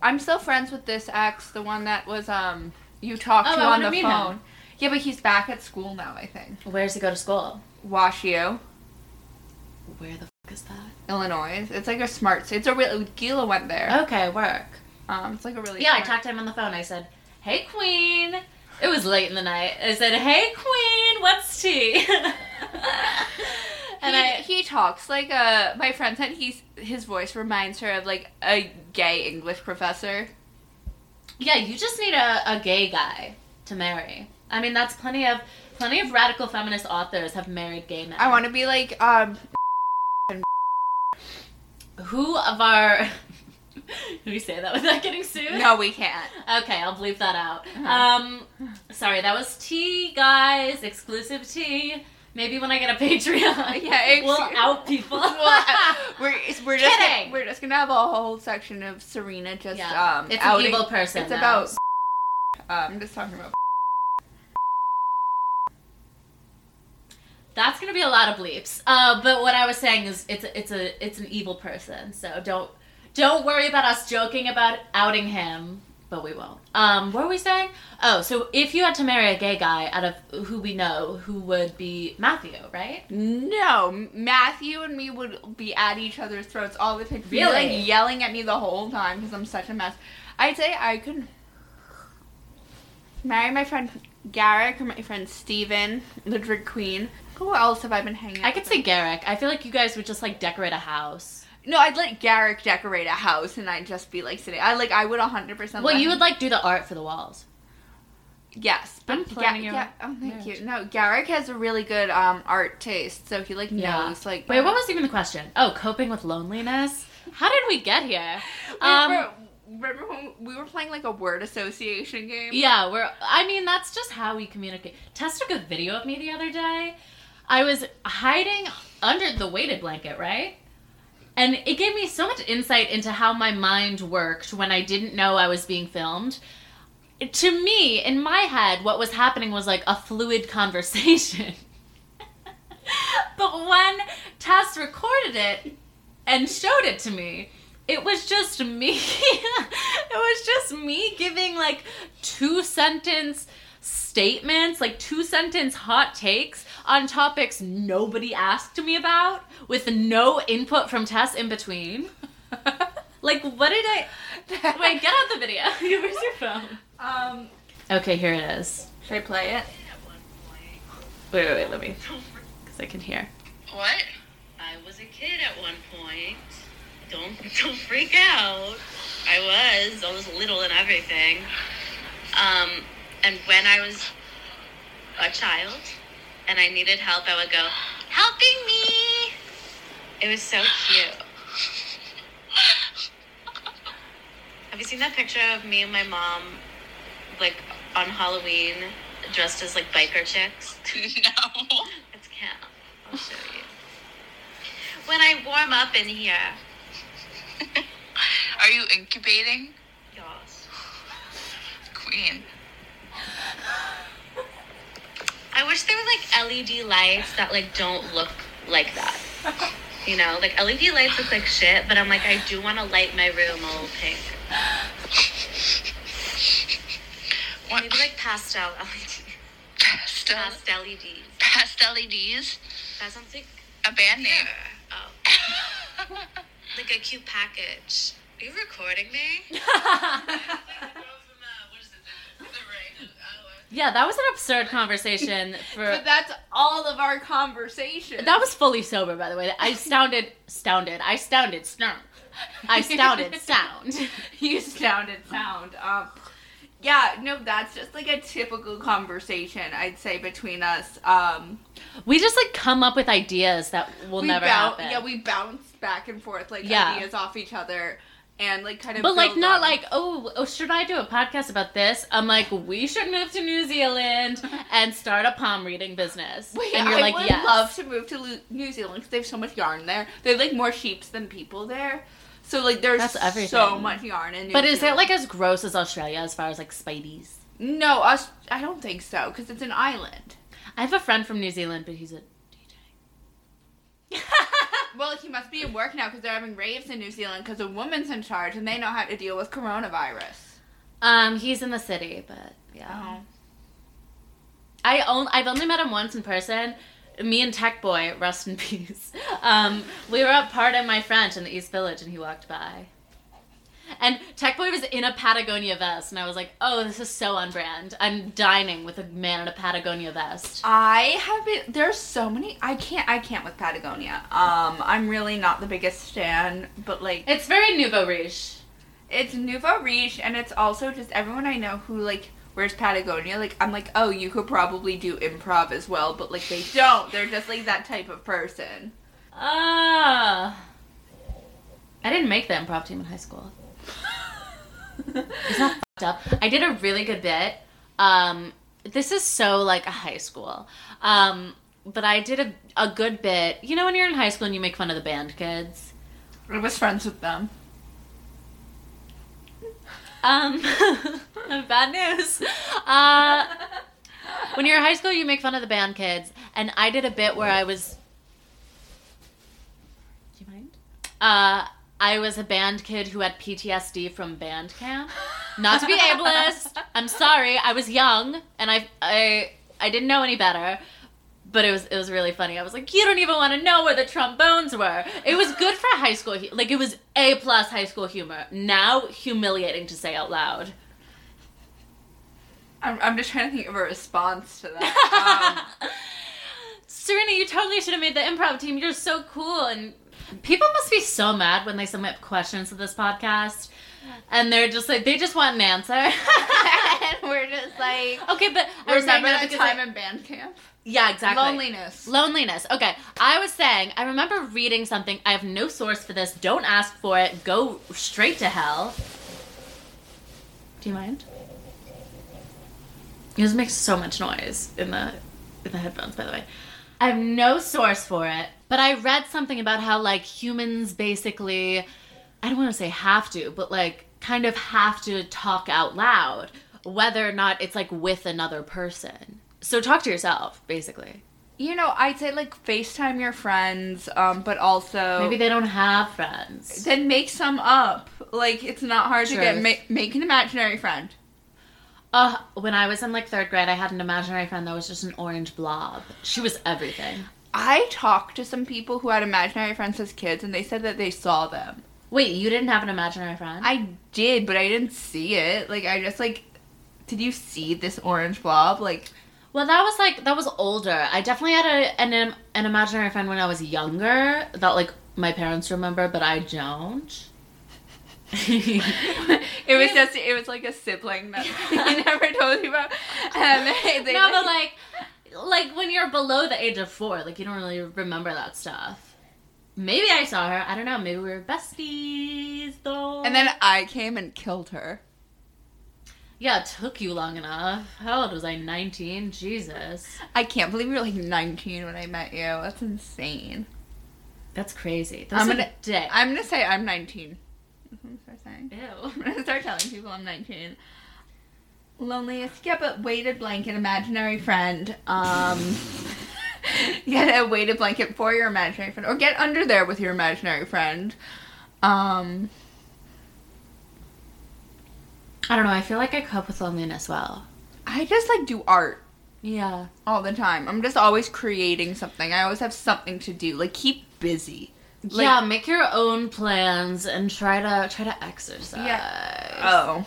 Speaker 2: I'm still friends with this ex, the one that was um you talked
Speaker 1: Oh,
Speaker 2: to
Speaker 1: I
Speaker 2: on
Speaker 1: wanna
Speaker 2: the
Speaker 1: meet
Speaker 2: phone.
Speaker 1: him.
Speaker 2: Yeah, but he's back at school now, I think.
Speaker 1: Where does he go to school?
Speaker 2: Wash U,
Speaker 1: Where the fuck is that?
Speaker 2: Illinois. It's like a smart. It's a really. Gila went there.
Speaker 1: Okay, work.
Speaker 2: Um, it's like a really.
Speaker 1: Oh. Yeah, I
Speaker 2: smart-
Speaker 1: talked to him on the phone. I said, "Hey, Queen." It was late in the night. I said, "Hey, Queen, what's tea?" <laughs> and
Speaker 2: he,
Speaker 1: I
Speaker 2: he talks like a. My friend said he's his voice reminds her of like a gay English professor.
Speaker 1: Yeah, you just need a, a gay guy to marry. I mean, that's plenty of plenty of radical feminist authors have married gay men.
Speaker 2: I want to be like um.
Speaker 1: to. Who of our? <laughs> Can we say that without getting sued?
Speaker 2: No, we can't.
Speaker 1: Okay, I'll bleep that out.
Speaker 2: Uh-huh.
Speaker 1: Um, sorry, that was tea, guys. Exclusive tea. Maybe when I get a Patreon,
Speaker 2: Yeah,
Speaker 1: <laughs>
Speaker 2: ex-
Speaker 1: we'll out people.
Speaker 2: Well,
Speaker 1: <laughs>
Speaker 2: uh, <laughs> we're we're just
Speaker 1: Kidding.
Speaker 2: Gonna, we're just gonna have a whole section of Serena just
Speaker 1: yeah,
Speaker 2: um.
Speaker 1: it's
Speaker 2: outing-
Speaker 1: an evil person.
Speaker 2: It's
Speaker 1: though.
Speaker 2: about. Um, I'm just talking about.
Speaker 1: That's gonna be a lot of bleeps. Uh, but what I was saying is, it's a, it's a it's an evil person. So don't don't worry about us joking about outing him. But we won't. Um, what were we saying? Oh, so if you had to marry a gay guy out of who we know, who would be Matthew, right?
Speaker 2: No, Matthew and me would be at each other's throats all the time. He'd be,
Speaker 1: Really?
Speaker 2: like yelling at me the whole time because I'm such a mess. I'd say I could marry my friend Garrick or my friend Steven, the drag queen. Who else have I been hanging out
Speaker 1: I could
Speaker 2: with?
Speaker 1: say Garrick. I feel like you guys would just like decorate a house.
Speaker 2: No, I'd let Garrick decorate a house and I'd just be like sitting. I like, I would 100%.
Speaker 1: well,
Speaker 2: let
Speaker 1: you
Speaker 2: him-
Speaker 1: would like do the art for the walls.
Speaker 2: Yes, but
Speaker 1: I'm planning your
Speaker 2: oh, thank
Speaker 1: marriage.
Speaker 2: you. No, Garrick has a really good um art taste, so he like
Speaker 1: Yeah.
Speaker 2: knows like.
Speaker 1: Wait, what was even the question? Oh, coping with loneliness. How did we get here?
Speaker 2: We
Speaker 1: Um,
Speaker 2: were- remember when we were playing like a word association game?
Speaker 1: Yeah, we're. I mean, that's just how we communicate. Tess took a video of me the other day. I was hiding under the weighted blanket, right? And it gave me so much insight into how my mind worked when I didn't know I was being filmed. To me, in my head, what was happening was like a fluid <laughs> conversation. <laughs> but when Tess recorded it and showed it to me, it was just me. <laughs> it was just me giving like two sentence statements, like two sentence hot takes on topics nobody asked me about with no input from Tess in between. <laughs> Like, what did I.
Speaker 2: <laughs>
Speaker 1: Wait, get out the <laughs> video. Where's your phone?
Speaker 2: Um,
Speaker 1: Okay, here it is.
Speaker 2: should I play it?
Speaker 1: Wait, wait, wait, let me. Because I can <laughs> hear.
Speaker 3: What? I was a kid at one point. Don't don't freak out. I was. I was little and everything. Um, and when I was a child and I needed help, I would go, "Helping me!" It was so cute. Have you seen that picture of me and my mom, like on Halloween, dressed as like biker chicks?
Speaker 4: <laughs> No.
Speaker 3: It's Cam. I'll show you. When I warm up in here.
Speaker 4: <laughs> Are you incubating?
Speaker 3: Yes.
Speaker 4: Queen.
Speaker 3: I wish there were like LED lights that like don't look like that. You know, like LED lights look like shit, but I'm like, I do want to light my room all pink.
Speaker 4: What?
Speaker 3: Maybe like pastel LED.
Speaker 4: Pastel.
Speaker 3: Pastel LEDs.
Speaker 4: Pastel LEDs?
Speaker 3: That sounds like,
Speaker 4: A band
Speaker 2: <laughs>
Speaker 4: name.
Speaker 3: oh, like a cute package. Are you recording me?
Speaker 1: yeah, that was an absurd conversation for.
Speaker 2: But that's all of our conversation.
Speaker 1: That was fully sober, by the way. I sounded sounded. I sounded snark.
Speaker 2: <laughs>
Speaker 1: I <laughs> sounded sound.
Speaker 2: you sounded sound. Um, yeah, no, that's just like a typical conversation I'd say between us. Um,
Speaker 1: We just like come up with ideas that will
Speaker 2: we
Speaker 1: never
Speaker 2: bou-
Speaker 1: happen.
Speaker 2: Yeah, we bounce back and forth like
Speaker 1: Yeah.
Speaker 2: ideas off each other and like kind of.
Speaker 1: but like
Speaker 2: build
Speaker 1: not
Speaker 2: on-
Speaker 1: like oh, oh should I do a podcast about this? I'm like we should move to New Zealand and start a palm reading business.
Speaker 2: Wait,
Speaker 1: and you're
Speaker 2: I
Speaker 1: like
Speaker 2: would
Speaker 1: yes.
Speaker 2: love to move to Lu- New Zealand because they have so much yarn there. They have like more sheeps than people there, so like there's
Speaker 1: That's everything.
Speaker 2: so much yarn in. New
Speaker 1: but is it
Speaker 2: Zealand.
Speaker 1: like as gross as Australia as far as like spideys?
Speaker 2: no? Us, I don't think so because it's an island.
Speaker 1: <laughs> I have a friend from New Zealand, but he's a DJ.
Speaker 2: Well, he must be at work now because they're having raves in New Zealand because a woman's in charge and they know how to deal with coronavirus.
Speaker 1: Um, he's in the city, but yeah.
Speaker 2: Oh.
Speaker 1: I on- I've only met him once in person. Me and Tech Boy, rest in <laughs> peace. Um, we were at part of my French in the East Village, and he walked by. And Tech Boy was in a Patagonia vest, and I was like, "Oh, this is so on brand." I'm dining with a man in a Patagonia vest.
Speaker 2: I have been. There's so many. I can't. I can't with Patagonia. Um, I'm really not the biggest fan, but like
Speaker 1: It's very nouveau riche.
Speaker 2: it's Nouveau Riche, and it's also just everyone I know who like wears Patagonia. Like I'm like, oh, you could probably do improv as well, but like they don't. They're just like that type of person.
Speaker 1: Ah, I didn't make the improv team in high school. It's not fucked up. I did a really good bit. Um, this is so like a high school. Um, but I did a, a good bit. You know, when you're in high school and you make fun of the band kids?
Speaker 2: <laughs> I was friends with them.
Speaker 1: Um, <laughs> bad news. Uh, when you're in high school, you make fun of the band kids. And I did a bit where I was. Do you mind? Uh, I was a band kid who had PTSD from band camp. not to be ableist. I'm sorry. I was young and I I I didn't know any better. But it was it was really funny. I was like, you don't even want to know where the trombones were. It was good for high school, hu- like it was a plus high school humor. Now humiliating to say out loud.
Speaker 2: I'm, I'm just trying to think of a response to that.
Speaker 1: <laughs>
Speaker 2: Um,
Speaker 1: Serena, you totally should have made the improv team. You're so cool, and people must be so mad when they submit questions to this podcast, and they're just like they just want an answer. <laughs>
Speaker 2: and we're just like,
Speaker 1: okay, but I was saying
Speaker 2: remember that
Speaker 1: because
Speaker 2: time
Speaker 1: I-
Speaker 2: in band camp?
Speaker 1: yeah, exactly.
Speaker 2: Loneliness.
Speaker 1: Loneliness. Okay. I was saying, I remember reading something. I have no source for this. Don't ask for it. Go straight to hell. Do you mind? It just makes so much noise in the in the headphones, by the way. I have no source for it, but I read something about how like humans basically I don't want to say have to, but like kind of have to talk out loud, whether or not it's like with another person. So talk to yourself, basically.
Speaker 2: You know, I'd say like FaceTime your friends, um, but also
Speaker 1: Maybe they don't have friends.
Speaker 2: then make some up. Like it's not hard to get
Speaker 1: Truth.
Speaker 2: ma- make an imaginary friend.
Speaker 1: Uh, when I was in like third grade, I had an imaginary friend that was just an orange blob. She was everything.
Speaker 2: I talked to some people who had imaginary friends as kids, and they said that they saw them.
Speaker 1: Wait, you didn't have an imaginary friend?
Speaker 2: I did, but I didn't see it. Like I just like, did you see this orange blob? Like <laughs>
Speaker 1: well, that was like that was older. I definitely had a an im- an imaginary friend when I was younger that like my parents remember, but I don't. <laughs>
Speaker 2: it was just it was like a sibling that <laughs> he never told you about. Um, they,
Speaker 1: no, but like, like when you're below the age of four, like you don't really remember that stuff. Maybe I saw her. I don't know. Maybe we were besties though.
Speaker 2: and then I came and killed her.
Speaker 1: Yeah, it took you long enough. How old was I? 19? Jesus.
Speaker 2: I can't believe you were like 19 when I met you. That's insane.
Speaker 1: That's crazy. That's
Speaker 2: I'm
Speaker 1: a
Speaker 2: gonna-
Speaker 1: dick.
Speaker 2: I'm gonna say I'm 19. That's what I'm gonna start saying. <laughs> I'm
Speaker 1: Ew.
Speaker 2: gonna start telling people I'm 19. Loneliest. Yeah, but weighted blanket, imaginary friend. Um, <laughs> get a weighted blanket for your imaginary friend, or get under there with your imaginary friend. Um,
Speaker 1: I don't know. I feel like I cope with loneliness well.
Speaker 2: I just like do art
Speaker 1: Yeah.
Speaker 2: all the time. I'm just always creating something. I always have something to do. Like keep busy. Like-
Speaker 1: yeah, make your own plans and try to try to exercise.
Speaker 2: Oh.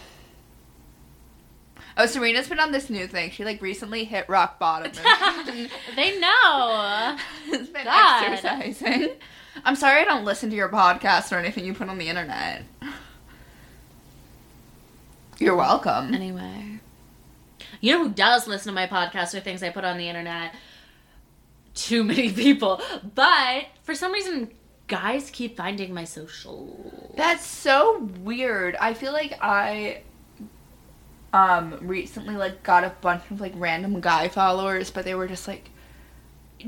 Speaker 2: Oh, Serena's been on this new thing. She like recently hit rock bottom. and-
Speaker 1: <laughs> they know.
Speaker 2: has been
Speaker 1: God.
Speaker 2: exercising. I'm sorry I don't listen to your podcast or anything you put on the internet. You're welcome.
Speaker 1: Anyway. You know who does listen to my podcast or things I put on the internet? Too many people. But for some reason, guys keep finding my social.
Speaker 2: That's so weird. I feel like I um recently like got a bunch of like random guy followers, but they were just like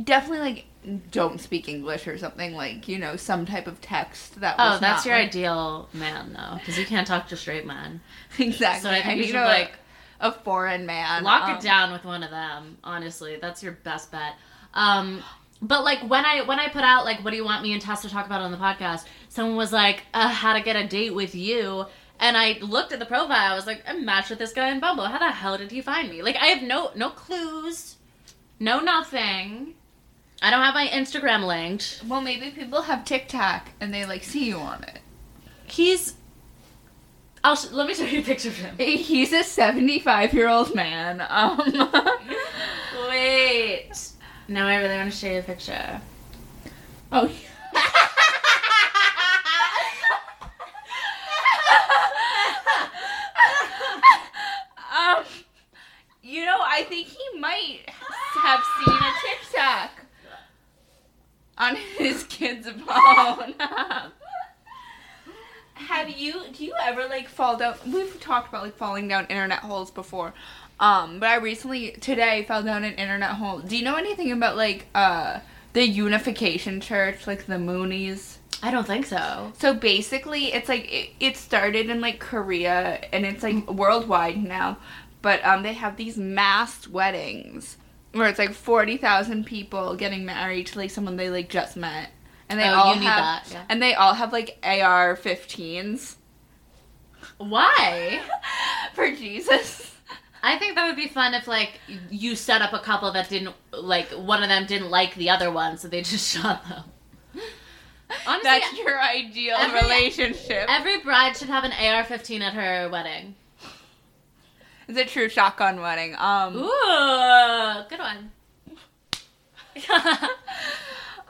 Speaker 2: definitely like don't speak English or something like, you know, some type of text that was
Speaker 1: Oh, that's
Speaker 2: not,
Speaker 1: your
Speaker 2: like-
Speaker 1: ideal man, though, because you can't talk to straight men.
Speaker 2: <laughs> Exactly.
Speaker 1: So I think you
Speaker 2: need
Speaker 1: should
Speaker 2: a-
Speaker 1: like
Speaker 2: a foreign man.
Speaker 1: lock
Speaker 2: um,
Speaker 1: it down with one of them. Honestly, that's your best bet. Um, But like when I when I put out like what do you want me and Tess to talk about on the podcast, someone was like, uh, "How to get a date with you," and I looked at the profile. I was like, "I'm matched with this guy in Bumble. How the hell did he find me? Like I have no no clues, no nothing. I don't have my Instagram linked.
Speaker 2: Well, maybe people have TikTok and they like see you on it. <laughs>
Speaker 1: He's. I'll sh- let me show you a picture of him.
Speaker 2: He's a 75 year old man. Um, <laughs>
Speaker 1: Wait. Now I really want to show you a picture.
Speaker 2: oh, um, you know, I think he might have seen a TikTok on <laughs> his kid's phone. <laughs> have you? Do you ever like fall down? We've talked about like falling down internet holes before. Um, but I recently today fell down an internet hole. Do you know anything about like uh the Unification Church, like the Moonies?
Speaker 1: I don't think so.
Speaker 2: So basically, it's like it, it started in like Korea and it's like worldwide now, but um, they have these mass weddings where it's like forty thousand people getting married to like someone they like just met, and they
Speaker 1: Oh,
Speaker 2: all
Speaker 1: you need
Speaker 2: have
Speaker 1: that, yeah.
Speaker 2: and they all have like AR-15s
Speaker 1: Why?
Speaker 2: <laughs> for Jesus.
Speaker 1: I think that would be fun if like you set up a couple that didn't like one of them didn't like the other one, so they just <laughs> shot them. Honestly,
Speaker 2: That's your ideal
Speaker 1: every-
Speaker 2: relationship.
Speaker 1: every bride should have an AR-15 at her wedding.
Speaker 2: It's a true shotgun wedding. Um.
Speaker 1: Ooh, good <laughs> one.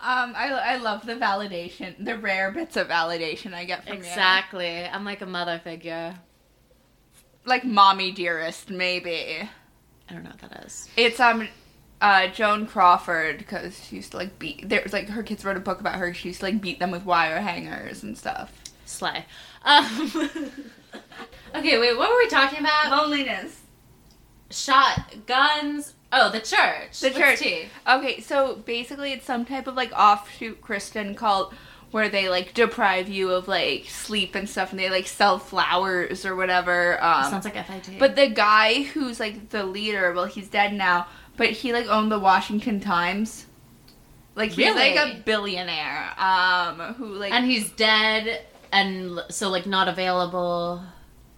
Speaker 2: Um, I, I love the validation, the rare bits of validation I get from you.
Speaker 1: exactly. I'm like a mother figure.
Speaker 2: Like mommy dearest, maybe.
Speaker 1: I don't know what that is.
Speaker 2: It's um, uh, Joan Crawford because she used to like beat. There was like her kids wrote a book about her. She used to like beat them with wire hangers and stuff.
Speaker 1: Slay. Um, <laughs> okay, wait. What were we talking about?
Speaker 2: Loneliness.
Speaker 1: Shotguns. Oh, the church.
Speaker 2: The
Speaker 1: What's
Speaker 2: church.
Speaker 1: tea?
Speaker 2: Okay, so basically, it's some type of like offshoot Christian cult where they like deprive you of like sleep and stuff, and they like sell flowers or whatever. Um,
Speaker 1: Sounds like FIT.
Speaker 2: But the guy who's like the leader, well, he's dead now, but he like owned the Washington Times. Like he's like
Speaker 1: Really?
Speaker 2: a billionaire. Um, who like
Speaker 1: and he's dead and l- so like not available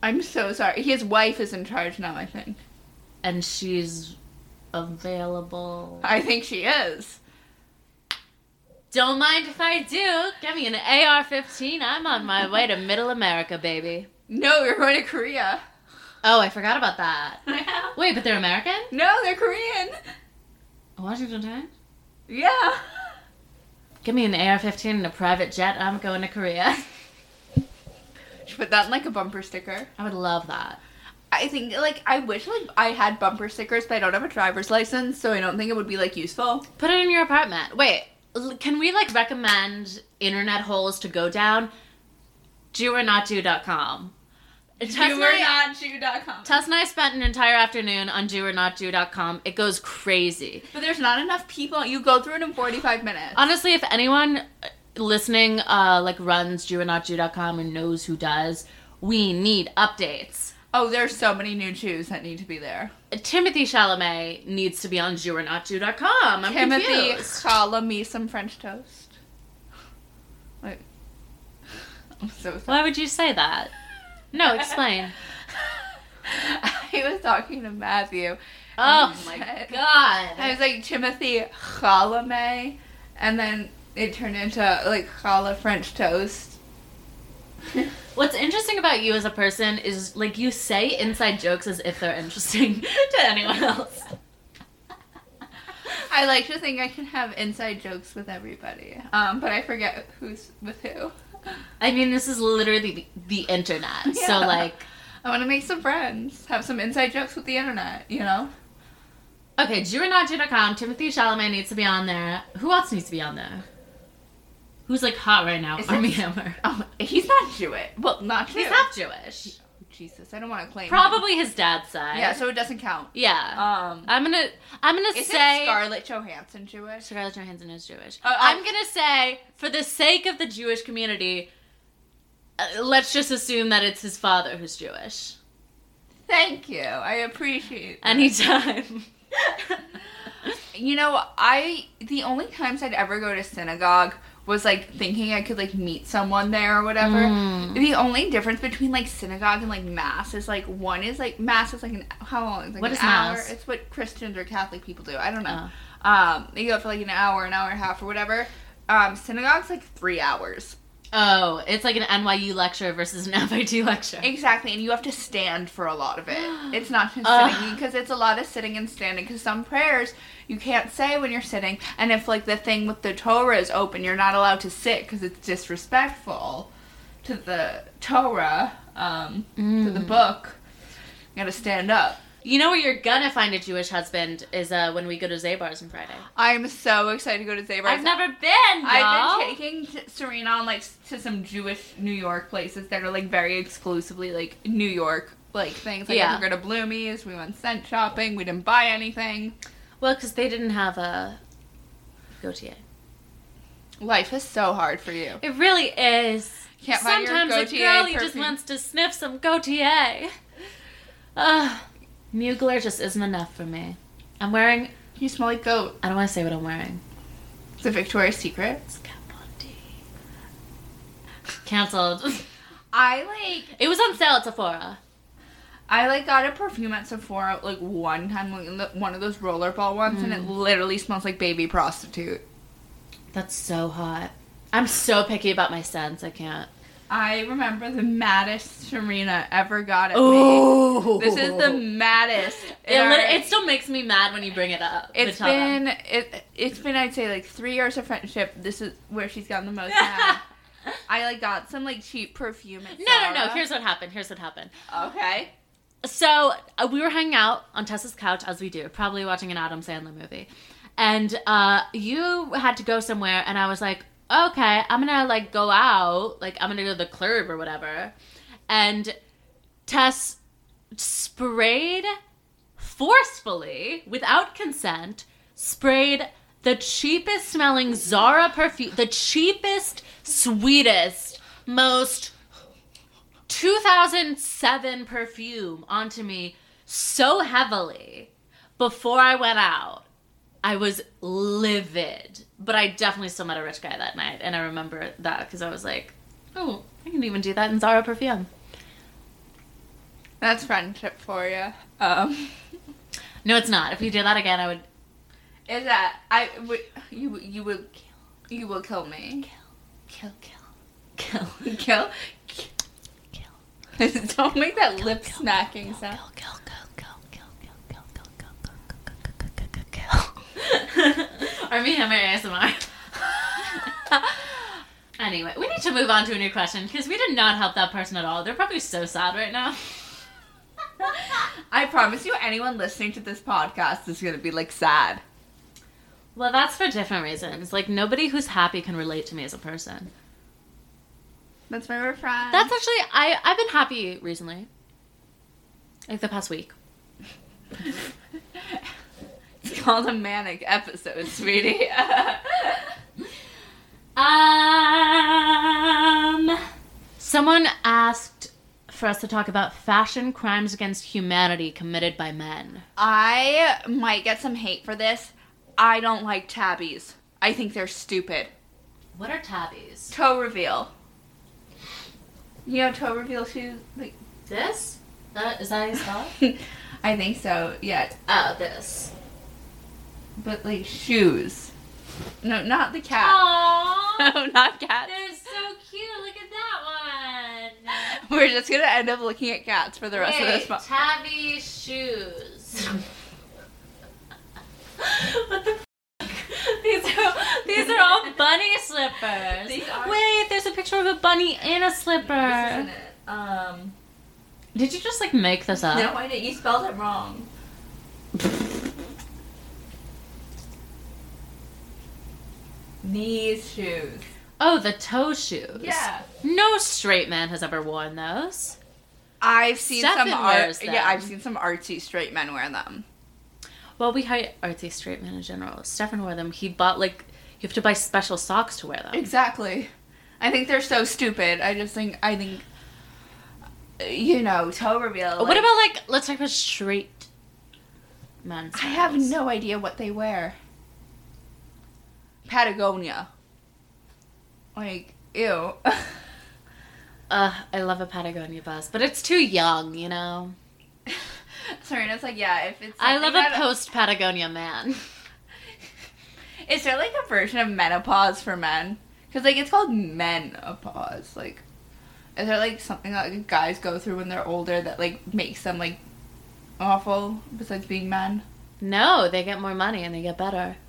Speaker 2: I'm so sorry. His wife is in charge now. I think.
Speaker 1: and she's available
Speaker 2: I think she is.
Speaker 1: don't mind if i do give me an ar-15 i'm on my way to middle america baby
Speaker 2: No, you're going
Speaker 1: <laughs>
Speaker 2: to Korea.
Speaker 1: oh i forgot about that wait but they're american
Speaker 2: no, they're Korean.
Speaker 1: washington times
Speaker 2: Yeah.
Speaker 1: give me an ar-15 and a private jet i'm going to korea <laughs>
Speaker 2: Should put that in like a bumper sticker.
Speaker 1: i would love that
Speaker 2: I think like I wish like I had bumper stickers, but I don't have a driver's license, so I don't think it would be like useful.
Speaker 1: put it in your apartment wait l- can we like recommend internet holes to go down do or not do.com
Speaker 2: You were not Jew.com.
Speaker 1: Tess and I spent an entire afternoon on doornortdo.com. It goes crazy.
Speaker 2: But there's not enough people. You go through it in 45 minutes.
Speaker 1: Honestly, if anyone uh, listening uh, like runs doornortdo.com and knows who does, we need updates.
Speaker 2: Oh, there's so many new Jews that need to be there.
Speaker 1: Timothy Chalamet needs to be on doornortdo.com. I'm
Speaker 2: Timothy,
Speaker 1: confused.
Speaker 2: call me some French toast. Wait. I'm so sorry.
Speaker 1: Why would you say that? No, explain.
Speaker 2: <laughs> I was talking to Matthew. and
Speaker 1: oh
Speaker 2: he
Speaker 1: my
Speaker 2: said- I
Speaker 1: god.
Speaker 2: was like, Timothy Chalamet. And then it turned into, like, challah French toast.
Speaker 1: What's interesting about you as a person is like you say inside jokes as if they're interesting <laughs> to anyone else.
Speaker 2: I like to think I can have inside jokes with everybody. Um, but I forget who's with who.
Speaker 1: I mean, this is literally the, the internet. So
Speaker 2: Yeah.
Speaker 1: like
Speaker 2: I want to make some friends, have some inside jokes with the internet, you know?
Speaker 1: Okay, Jurinaju.com. Timothy Chalamet needs to be on there. Who else needs to be on there? Who's like hot right now?
Speaker 2: Is
Speaker 1: Army
Speaker 2: it-
Speaker 1: Hammer.
Speaker 2: Oh, he's not Jewish. Well, not Jew.
Speaker 1: He's half Jewish.
Speaker 2: Jesus, I don't want to claim. him.
Speaker 1: Probably his dad's side.
Speaker 2: Yeah, so it doesn't count.
Speaker 1: yeah.
Speaker 2: Um,
Speaker 1: I'm gonna. I'm gonna
Speaker 2: is
Speaker 1: say.
Speaker 2: it Scarlett Johansson Jewish?
Speaker 1: Scarlett Johansson is Jewish.
Speaker 2: Oh, I-
Speaker 1: I'm gonna say, for the sake of the Jewish community, uh, let's just assume that it's his father who's Jewish.
Speaker 2: <laughs> Thank you. I appreciate. that.
Speaker 1: Anytime.
Speaker 2: you know, I the only times I'd ever go to synagogue was like thinking I could like meet someone there or whatever.
Speaker 1: Mm.
Speaker 2: The only difference between like synagogue and like mass is like one is like mass is like an how long is like
Speaker 1: What
Speaker 2: an
Speaker 1: is
Speaker 2: hour.
Speaker 1: mass?
Speaker 2: It's what Christians or Catholic people do. I don't know.
Speaker 1: Uh.
Speaker 2: Um, they go for like an hour, an hour and a half or whatever. Um, synagogue's like three hours.
Speaker 1: Oh, it's like an NYU lecture versus an <laughs> FIT lecture.
Speaker 2: Exactly, and you have to stand for a lot of it. It's not just
Speaker 1: Ugh.
Speaker 2: sitting because it's a lot of sitting and standing. Because some prayers you can't say when you're sitting, and if like the thing with the Torah is open, you're not allowed to sit because it's disrespectful to the Torah, um, to the book. You gotta stand up.
Speaker 1: You know where you're gonna find a Jewish husband is uh, when we go to Zabar's on Friday.
Speaker 2: I'm so excited to go to Zabra.
Speaker 1: I've never been.
Speaker 2: I've
Speaker 1: y'all.
Speaker 2: been taking t- Serena on like s- to some Jewish New York places that are like very exclusively like New York like things. Like
Speaker 1: Yeah.
Speaker 2: we go to Bloomies, we went scent shopping, we didn't buy anything.
Speaker 1: Well, because they didn't have a Gautier.
Speaker 2: Life is so hard for you.
Speaker 1: It really is.
Speaker 2: Can't buy your
Speaker 1: Sometimes a
Speaker 2: Gautier
Speaker 1: girlie just
Speaker 2: perfume.
Speaker 1: wants to sniff some Gautier. Ugh, Mugler just isn't enough for me. I'm wearing.
Speaker 2: You smell like goat.
Speaker 1: I don't want to say what I'm wearing.
Speaker 2: It's a Victoria's Secret.
Speaker 1: It's Kat Von D. Cancelled.
Speaker 2: I like
Speaker 1: <laughs> it was on sale at Sephora.
Speaker 2: I like got a perfume at Sephora like one time like, in the- one of those rollerball ones and it
Speaker 1: Mm.
Speaker 2: literally smells like baby prostitute.
Speaker 1: That's so hot. I'm so picky about my scents. I can't.
Speaker 2: I remember the maddest Serena ever got at me.
Speaker 1: Oh,
Speaker 2: This is the maddest.
Speaker 1: It,
Speaker 2: in our-
Speaker 1: lit- it still makes me mad when you bring it up.
Speaker 2: It's
Speaker 1: the tub.
Speaker 2: been it, it's been I'd say like three years of friendship. This is where she's gotten the most. mad. I like got some like cheap perfume. At
Speaker 1: no, no, no.
Speaker 2: Zara.
Speaker 1: Here's what happened. Here's what happened.
Speaker 2: okay.
Speaker 1: So uh, we were hanging out on Tessa's couch as we do, probably watching an Adam Sandler movie, and uh, you had to go somewhere, and I was like, okay, I'm gonna like go out, like I'm gonna go to the club or whatever, and Tess sprayed forcefully without consent sprayed the cheapest smelling Zara perfume, the cheapest, sweetest, most 2007 perfume onto me so heavily before I went out. I was livid, but I definitely still met a rich guy that night, and I remember that because I was like, "Oh, I can even do that in Zara perfume."
Speaker 2: That's friendship for you. Um,
Speaker 1: No, it's not. If you did that again, I would <laughs>
Speaker 2: is that I would you you would kill you will kill me
Speaker 1: kill, kill, kill, kill,
Speaker 2: kill <laughs> don't make that lip smacking sound.
Speaker 1: kill, kill, kill, kill, kill, kill, kill, kill, kill, kill, kill. Army Hammer ASMR. <laughs> Anyway, we need to move on to a new question because we did not help that person at all. They're probably so sad right now.
Speaker 2: <laughs> I promise you, anyone listening to this podcast is gonna be like sad.
Speaker 1: Well, that's for different reasons. Like nobody who's happy can relate to me as a person.
Speaker 2: That's my friend.
Speaker 1: That's actually I I've been happy recently. Like the past week.
Speaker 2: <laughs> it's called a manic episode, <laughs> sweetie.
Speaker 1: Um someone asked for us to talk about fashion crimes against humanity committed by men.
Speaker 2: I might get some hate for this. I don't like tabbies. I think they're stupid.
Speaker 1: What are tabbies?
Speaker 2: Toe reveal. You know toe reveal shoes? Like, <laughs>
Speaker 1: This? That is that how you spell it?
Speaker 2: I think so. Yeah,
Speaker 1: Oh, this.
Speaker 2: but like shoes. No, not the cat.
Speaker 1: Aww.
Speaker 2: <laughs> No, not cat.
Speaker 1: They're so cute. Look at that one.
Speaker 2: We're just gonna end up looking at cats for the rest of this
Speaker 1: Wait,
Speaker 2: month.
Speaker 1: Tabby
Speaker 2: <laughs>
Speaker 1: shoes. what the fuck? These are these are all bunny slippers.
Speaker 2: These are-
Speaker 1: Wait, there's a picture of a bunny in a slipper.
Speaker 2: it. Um,
Speaker 1: Did you just like make this up?
Speaker 2: I didn't. You spelled it
Speaker 1: <laughs>
Speaker 2: wrong. These shoes.
Speaker 1: Oh, the toe shoes.
Speaker 2: Yeah.
Speaker 1: No straight man has ever worn those.
Speaker 2: I've seen
Speaker 1: Stefan
Speaker 2: some
Speaker 1: wears
Speaker 2: art.
Speaker 1: them.
Speaker 2: Yeah, I've seen some artsy straight men wear them.
Speaker 1: Well, we hate artsy straight men in general. Stefan wore them. He bought like you have to buy special socks to wear them.
Speaker 2: Exactly. I think they're so stupid. I just think I think you know toe reveal.
Speaker 1: what about like let's talk about straight men?
Speaker 2: I have
Speaker 1: styles.
Speaker 2: no idea what they wear. Patagonia. Like, ew. <laughs>
Speaker 1: Ugh, I love a Patagonia bus, but it's too young, you know.
Speaker 2: <laughs> Serena's like, yeah, if it's.
Speaker 1: I love
Speaker 2: something
Speaker 1: a
Speaker 2: that-
Speaker 1: post Patagonia man.
Speaker 2: <laughs>
Speaker 1: <laughs>
Speaker 2: Is there like a version of menopause for men? Because like it's called menopause. Like, is there like something that like, guys go through when they're older that like makes them like awful besides being men?
Speaker 1: No, they get more money and they get better.
Speaker 2: <laughs>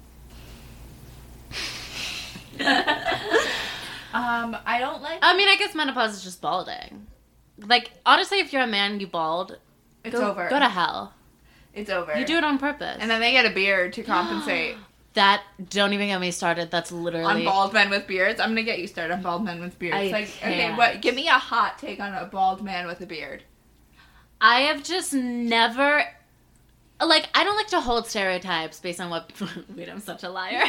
Speaker 2: Um, I don't like.
Speaker 1: I mean, I guess menopause is just balding. Like, honestly, if you're a man, you bald.
Speaker 2: it's
Speaker 1: go,
Speaker 2: over.
Speaker 1: Go to hell.
Speaker 2: it's over.
Speaker 1: You do it on purpose.
Speaker 2: and then they get a
Speaker 1: <gasps>
Speaker 2: beard to compensate
Speaker 1: that don't even get me started. That's
Speaker 2: on
Speaker 1: literally
Speaker 2: bald men with beards. I'm gonna get you started on bald men with beards.
Speaker 1: I
Speaker 2: like, okay,
Speaker 1: can't.
Speaker 2: what? Give me a hot take on a bald man with a beard.
Speaker 1: I have just never like I don't like to hold stereotypes based on what <laughs> wait, I'm such a
Speaker 2: <laughs>
Speaker 1: liar.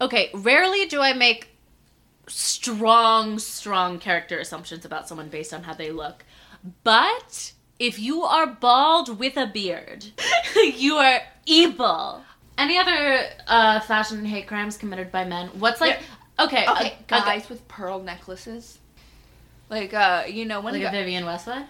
Speaker 1: okay, rarely do I make strong, strong character assumptions about someone based on how they look. But if you are bald with a beard, <laughs> you are evil. Any other uh, fashion hate crimes committed by men? What's like okay,
Speaker 2: Okay,
Speaker 1: a- a-
Speaker 2: Uh, guys with pearl necklaces. Like, uh, you know, when
Speaker 1: like
Speaker 2: gu-
Speaker 1: a Vivian Westwood?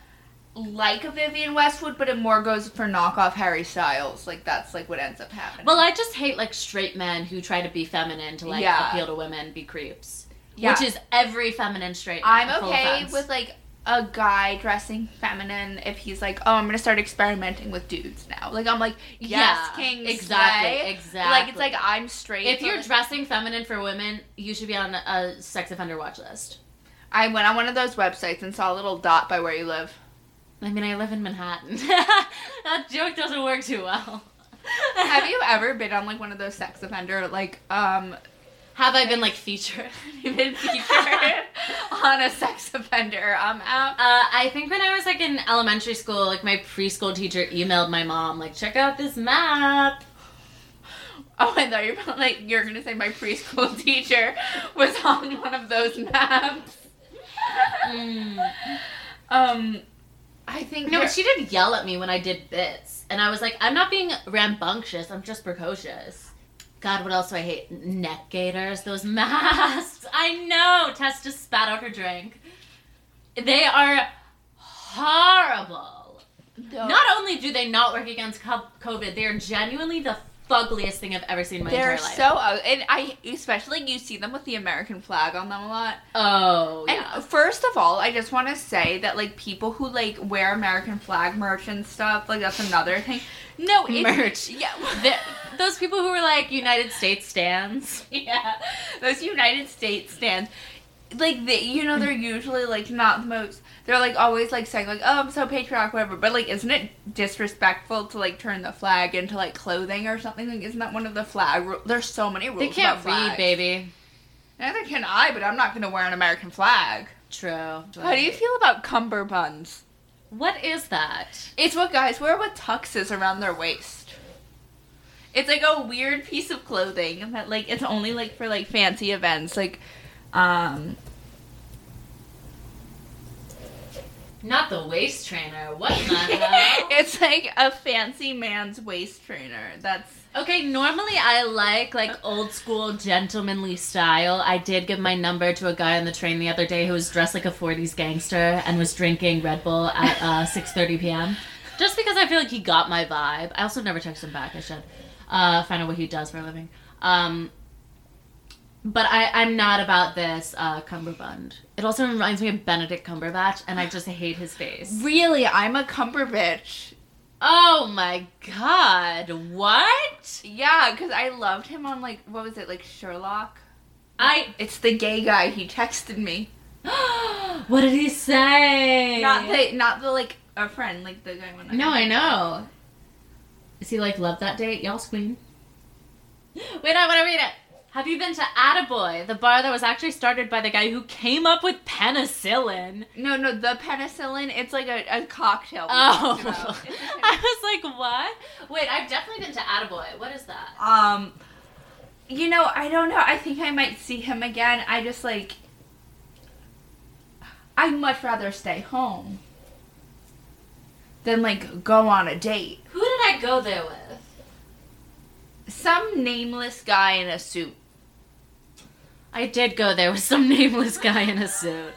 Speaker 2: like a Vivian Westwood, but it more goes for knockoff Harry Styles. Like that's like what ends up happening.
Speaker 1: Well, I just hate like straight men who try to be feminine to like
Speaker 2: Yeah.
Speaker 1: appeal to women, be creeps.
Speaker 2: yeah,
Speaker 1: Which is every feminine straight. man,
Speaker 2: I'm
Speaker 1: full
Speaker 2: okay
Speaker 1: offense.
Speaker 2: with like a guy dressing feminine if he's like, oh, I'm gonna start experimenting with dudes now. Like I'm like, yes,
Speaker 1: Yeah,
Speaker 2: King's
Speaker 1: exactly,
Speaker 2: way.
Speaker 1: exactly.
Speaker 2: Like it's like I'm straight.
Speaker 1: If
Speaker 2: but,
Speaker 1: you're
Speaker 2: like,
Speaker 1: dressing feminine for women, you should be on a sex offender watch list.
Speaker 2: I went on one of those websites and saw a little dot by where
Speaker 1: <laughs>
Speaker 2: you live.
Speaker 1: I mean, I live in Manhattan. <laughs> that joke doesn't work too well.
Speaker 2: Have you ever been on like one of those sex offender like um
Speaker 1: Have I been like featured?
Speaker 2: <laughs> been <laughs> featured on a sex offender um app?
Speaker 1: Uh, I think when I was like in elementary school, like my preschool teacher emailed my mom, like, check out this map.
Speaker 2: Oh, I thought you were like you're gonna say my preschool <laughs> teacher was on one of those maps. Hmm.
Speaker 1: Mm.
Speaker 2: Um, I think
Speaker 1: No,
Speaker 2: there-
Speaker 1: but she did yell at me when I did bits, and I was like, I'm not being rambunctious. I'm just precocious. God, what else do I hate? Neck gaiters, those <laughs> masks. I know. Tess just spat out her drink. They are horrible.
Speaker 2: No.
Speaker 1: Not only do they not work against co- COVID, they are genuinely the fuggliest thing I've ever seen in my
Speaker 2: they're
Speaker 1: entire life.
Speaker 2: so ug- and I especially you see them with the American flag on them a lot.
Speaker 1: oh
Speaker 2: And
Speaker 1: yeah.
Speaker 2: first of all, I just want to say that like people who like wear American flag merch and stuff, like that's another thing. No, it's,
Speaker 1: Merch.
Speaker 2: <laughs> Yeah,
Speaker 1: The- those people who were like United States stands.
Speaker 2: <laughs> yeah, those United States stands. Like they, you know, they're usually like not the most. They're like always like saying like, "Oh, I'm so patriotic, whatever." But like, isn't it disrespectful to like turn the flag into like clothing or something? Like, isn't that one of the flag? Ru- There's so many rules.
Speaker 1: They can't
Speaker 2: about flags.
Speaker 1: read, baby.
Speaker 2: Neither can I, but I'm not gonna wear an American flag.
Speaker 1: True.
Speaker 2: How do you feel about cummerbunds?
Speaker 1: What is that?
Speaker 2: It's what guys wear with tuxes around their waist. It's like a weird piece of clothing that like it's only like for like fancy events, like um
Speaker 1: Not the waist trainer. What <laughs> the hell?
Speaker 2: it's like a fancy man's waist trainer. That's
Speaker 1: Okay, normally I like like old school gentlemanly style. I did give my number to a guy on the train the other day who was dressed like a 40s gangster and was drinking Red Bull at <laughs> uh, 6:30 p.m. Just because I feel like he got my vibe. I also never text him back. I should uh, find out what he does for a living. Um, but I, I'm not about this uh, cummerbund. It also reminds me of Benedict Cumberbatch, and I just hate his face.
Speaker 2: really I'm a cumber bitch.
Speaker 1: Oh my god, what?
Speaker 2: Yeah, cuz I loved him on like what was it? Like Sherlock.
Speaker 1: I. <gasps>
Speaker 2: It's the gay guy he texted me.
Speaker 1: what did he say?
Speaker 2: Not the not the like a friend, like the guy when
Speaker 1: No, I know. Is he like, love that date? Y'all's queen. <gasps> Wait, I want to read it. Have you been to Attaboy, the bar that was actually started by the guy who came up with penicillin?
Speaker 2: No, no, the penicillin. It's like a, a cocktail. we
Speaker 1: <laughs> Oh.
Speaker 2: talked about. It's a <laughs> penicillin.
Speaker 1: <laughs> I was like, what? Wait, I've definitely been to Attaboy. What is that?
Speaker 2: um, you know, I don't know. I think I might see him again. I just like. I'd much rather stay home than like go on a date.
Speaker 1: Who did I go there with?
Speaker 2: Some nameless guy in a suit. <laughs>
Speaker 1: I did go there with some <laughs> nameless guy in a suit.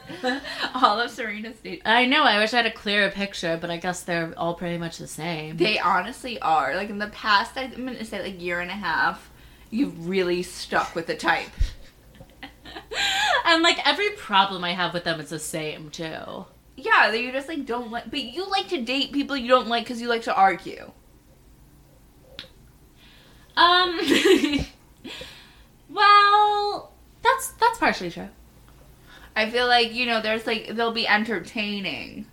Speaker 2: All of Serena's dates.
Speaker 1: I know. I wish I had a clearer picture, but I guess they're all pretty much the same.
Speaker 2: They honestly are. Like in the past, I'm gonna say like year and a half, you've really stuck with the type.
Speaker 1: <laughs> and like every problem I have with them is the same too.
Speaker 2: Yeah, that you just like don't like, but you like to date people you don't like because you like to argue.
Speaker 1: Um. <laughs> well, that's that's partially true.
Speaker 2: I feel like you know, there's like they'll be entertaining.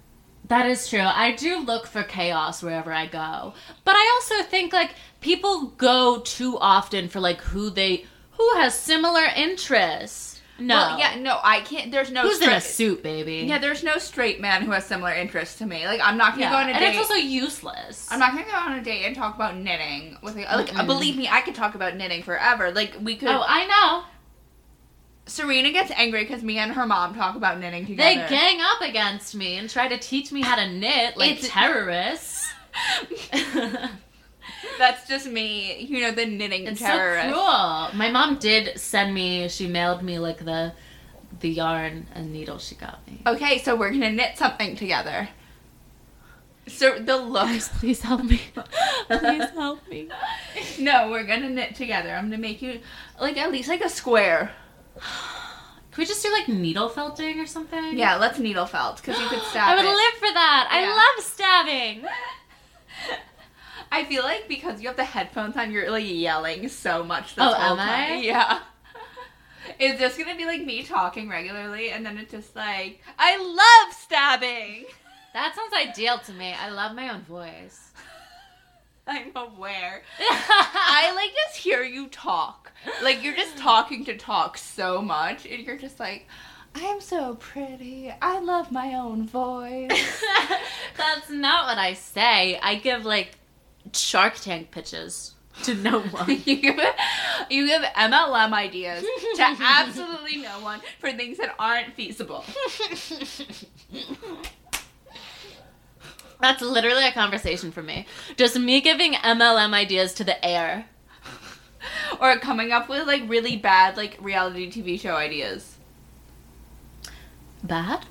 Speaker 1: That is true. I do look for chaos wherever I go. But I also think like people go too often for like who they who has similar interests. No.
Speaker 2: Well, yeah, no, I can't. There's no
Speaker 1: Who's in a
Speaker 2: straight-
Speaker 1: suit, baby?
Speaker 2: Yeah, there's no straight man who has similar interests to me. Like I'm not gonna
Speaker 1: Yeah.
Speaker 2: go on a
Speaker 1: and
Speaker 2: date.
Speaker 1: it's also useless.
Speaker 2: I'm not gonna go on a date and talk about knitting with like, like
Speaker 1: Mm-mm.
Speaker 2: believe me, I could talk about knitting forever. Like we could.
Speaker 1: Oh, I know.
Speaker 2: Serena gets angry because me and her mom talk about knitting together.
Speaker 1: They <laughs> gang up against me and try to teach me how to knit like
Speaker 2: It's- <laughs>
Speaker 1: terrorists. it's
Speaker 2: <laughs> That's just me, you know, the knitting terrorist.
Speaker 1: so cruel. My mom did send me. She mailed me like the the yarn and needle she got me.
Speaker 2: Okay, so we're gonna knit something together. So the looks.
Speaker 1: please help me. please help me.
Speaker 2: <laughs> no, we're gonna knit together. I'm gonna make you like at least like a square.
Speaker 1: Can we just do like needle felting or something?
Speaker 2: Yeah, let's needle felt because
Speaker 1: <gasps>
Speaker 2: you could stab.
Speaker 1: I would
Speaker 2: it.
Speaker 1: live for that.
Speaker 2: Yeah.
Speaker 1: I love stabbing.
Speaker 2: <laughs> I feel like because you have the headphones on, you're like yelling so much this
Speaker 1: Oh, am
Speaker 2: whole
Speaker 1: I?
Speaker 2: time. Yeah. <laughs> Is this gonna be like me talking regularly and then it's just like I love stabbing? <laughs>
Speaker 1: That sounds ideal to me. I love my own voice. <laughs>
Speaker 2: I'm aware.
Speaker 1: I
Speaker 2: I like just hear you talk. Like you're just talking to talk so much and you're just like I am so pretty. I love my own voice.
Speaker 1: <laughs> That's not what I say. I give like Shark Tank pitches to no one.
Speaker 2: you give you give MLM ideas to absolutely no one for things that aren't feasible.
Speaker 1: That's literally a conversation for me. Just me giving MLM ideas to the air.
Speaker 2: or coming up with like really bad like reality TV show ideas. <laughs>
Speaker 1: Bad?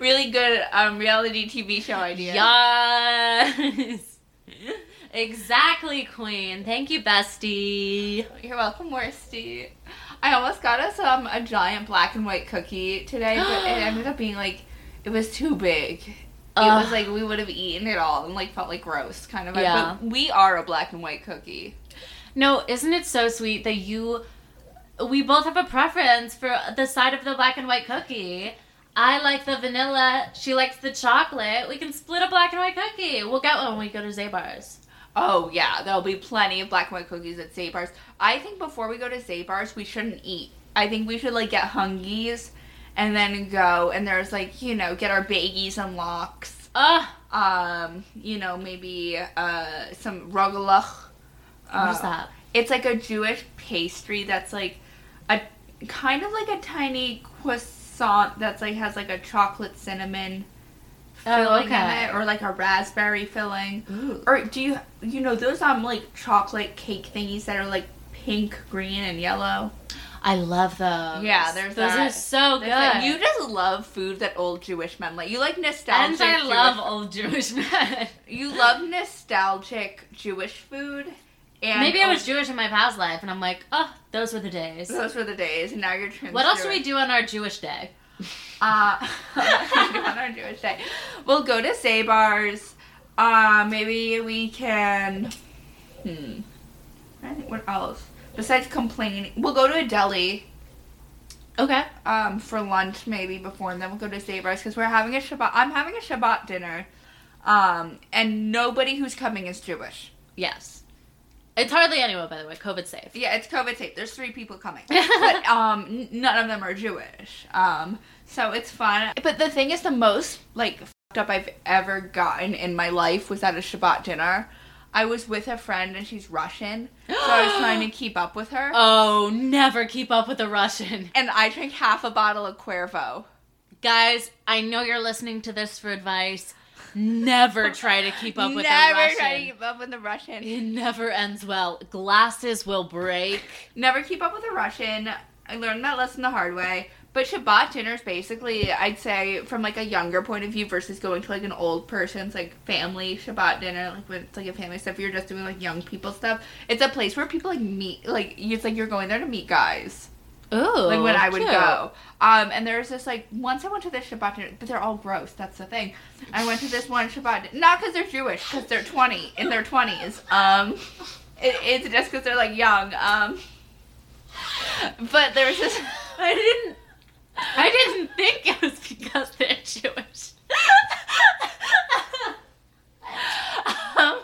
Speaker 2: really good um, reality TV show ideas.
Speaker 1: Yes. <laughs> exactly, Queen. Thank you, bestie.
Speaker 2: You're welcome, Worsty. I almost got us um, a giant black and white cookie today,
Speaker 1: <gasps>
Speaker 2: but it ended up being like it was too big. it
Speaker 1: Ugh.
Speaker 2: was like we would have eaten it all and like felt like gross kind of. vibe.
Speaker 1: Yeah.
Speaker 2: But we are a black and white cookie.
Speaker 1: No, isn't it so sweet that you we both have a preference for the side of the black and white cookie. I like the vanilla, she likes the chocolate. We can split a black and white cookie. We'll get one when we go to Zabar's.
Speaker 2: Oh yeah, there'll be plenty of black and white cookies at Zabar's. I think before we go to Zabar's, we shouldn't eat. I think we should like get hungies, and then go and there's like you know get our baggies and locks.
Speaker 1: Ugh,
Speaker 2: Um, you know maybe uh some rogalach.
Speaker 1: what
Speaker 2: Oh.
Speaker 1: is that?
Speaker 2: It's like a Jewish pastry that's like a kind of like a tiny croissant that's like has like a chocolate cinnamon filling
Speaker 1: Oh,
Speaker 2: in
Speaker 1: okay.
Speaker 2: it or like a raspberry filling.
Speaker 1: Ooh.
Speaker 2: Or do you you know those um like chocolate cake thingies that are like pink, green, and yellow?
Speaker 1: I love those.
Speaker 2: Yeah, there's
Speaker 1: those
Speaker 2: that.
Speaker 1: are so
Speaker 2: There's
Speaker 1: good.
Speaker 2: like- you just love food that old Jewish men like. You like
Speaker 1: and
Speaker 2: nostalgic.
Speaker 1: I
Speaker 2: Jewish-
Speaker 1: love old Jewish men.
Speaker 2: You love nostalgic Jewish food. And oh,
Speaker 1: Maybe I
Speaker 2: old-
Speaker 1: was Jewish in my past life, and I'm like, oh, those were the days.
Speaker 2: Those were the days, and now you're trans.
Speaker 1: What else do
Speaker 2: Jewish.
Speaker 1: we do on our Jewish day?
Speaker 2: <laughs> Uh, <laughs> on our Jewish day. We'll go to Zabar's. Uh, maybe we can. Hmm. I think what else? Besides complaining, we'll go to a deli
Speaker 1: Okay.
Speaker 2: um, for lunch maybe before, and then we'll go to Zabar's because we're having a Shabbat. I'm having a Shabbat dinner, um, and nobody who's coming is Jewish.
Speaker 1: Yes. It's hardly anyone, by the way. COVID safe.
Speaker 2: Yeah, it's COVID safe. There's three people
Speaker 1: <laughs>
Speaker 2: coming, but um, n- none of them are Jewish. Um, so it's fun. But the thing is, the most like fucked up I've ever gotten in my life was at a Shabbat dinner. I was with a friend and she's Russian, so I was
Speaker 1: <gasps>
Speaker 2: trying to keep up with her,
Speaker 1: Oh, never keep up with a Russian.
Speaker 2: and I drank half a bottle of Cuervo.
Speaker 1: Guys, I know you're listening to this for advice. Never try to keep up with a
Speaker 2: never
Speaker 1: Russian.
Speaker 2: try to keep up with the Russian.
Speaker 1: It never ends well. Glasses will break.
Speaker 2: Never keep up with a Russian. I learned that lesson the hard way. But Shabbat dinners, basically, I'd say from like a younger point of view versus going to like an old person's like family Shabbat dinner, like when it's like a family stuff. You're just doing like young people stuff. It's a place where people like meet, like it's like you're going there to meet guys.
Speaker 1: Ooh,
Speaker 2: like when I would
Speaker 1: cute.
Speaker 2: go. Um, and there's this like once I went to this Shabbat dinner, but they're all gross. That's the thing. I went to this one Shabbat, din- not because they're Jewish, because they're twenty in their twenties. Um, it, it's just because they're like young. Um, but there was this.
Speaker 1: I didn't. I didn't think it was because they're Jewish.
Speaker 2: um,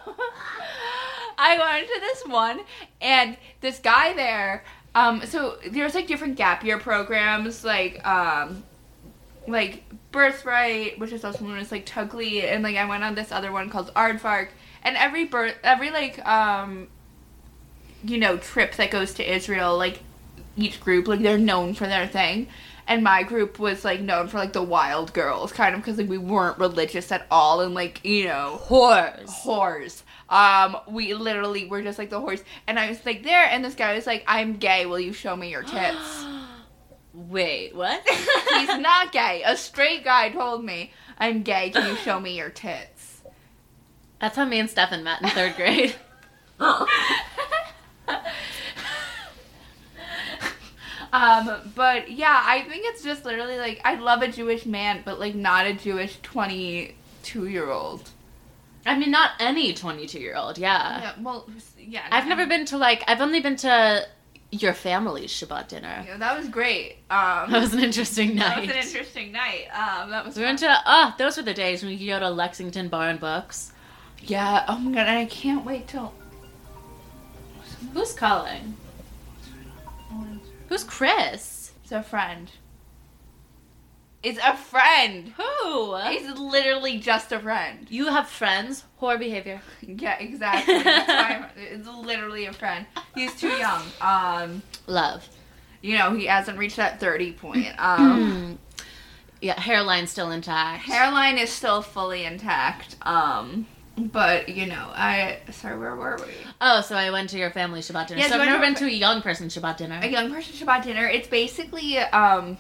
Speaker 2: I went to this one, and this guy there. Um, so there's like different gap year programs, like um, like Birthright, which is also known as like Tugly, and like I went on this other one called Aardvark, and every birth, every like um, you know, trip that goes to Israel, like each group, like they're known for their thing. And my group was like known for like the wild girls, kind of because like we weren't religious at all, and like you know,
Speaker 1: Whores.
Speaker 2: whores. Um, we literally were just like the whores. And I was like there, and this guy was like, "I'm gay. Will you show me your tits?"
Speaker 1: <gasps> Wait, what?
Speaker 2: <laughs> He's not gay. A straight guy told me, "I'm gay. Can you show me your tits?"
Speaker 1: That's how me and Stefan met in third
Speaker 2: <laughs>
Speaker 1: grade.
Speaker 2: <laughs> um, but yeah, I think it's just literally like I love a Jewish man, but like not a Jewish twenty-two-year-old.
Speaker 1: I mean, not any 22 year old, yeah.
Speaker 2: <laughs> Yeah, well, yeah.
Speaker 1: I've never been to like, I've only been to your family's Shabbat dinner.
Speaker 2: Yeah, that
Speaker 1: <laughs>
Speaker 2: was great. Um,
Speaker 1: That was an interesting night.
Speaker 2: That was an interesting night. Um, that was
Speaker 1: we went to, oh, those were the days when we could go to Lexington Bar and Books.
Speaker 2: <laughs> yeah. Oh my god, and I can't wait till.
Speaker 1: Who's calling? Who's Chris?
Speaker 2: It's a friend. It's a friend.
Speaker 1: Who?
Speaker 2: It's literally just a <laughs> friend.
Speaker 1: You have friends? Whore behavior.
Speaker 2: Yeah, exactly. That's why I'm, it's literally a friend. He's too young. Um,
Speaker 1: Love.
Speaker 2: you know, he hasn't reached that thirty point. Um,
Speaker 1: Hmm. Yeah, hairline still intact.
Speaker 2: hairline is still fully intact. Um, but you know, I sorry, where were we?
Speaker 1: oh, so I went to your family Shabbat dinner.
Speaker 2: Yes,
Speaker 1: so
Speaker 2: you
Speaker 1: I've
Speaker 2: went to
Speaker 1: never
Speaker 2: our
Speaker 1: been
Speaker 2: fa-
Speaker 1: to a young person Shabbat dinner.
Speaker 2: a young person Shabbat dinner. It's basically um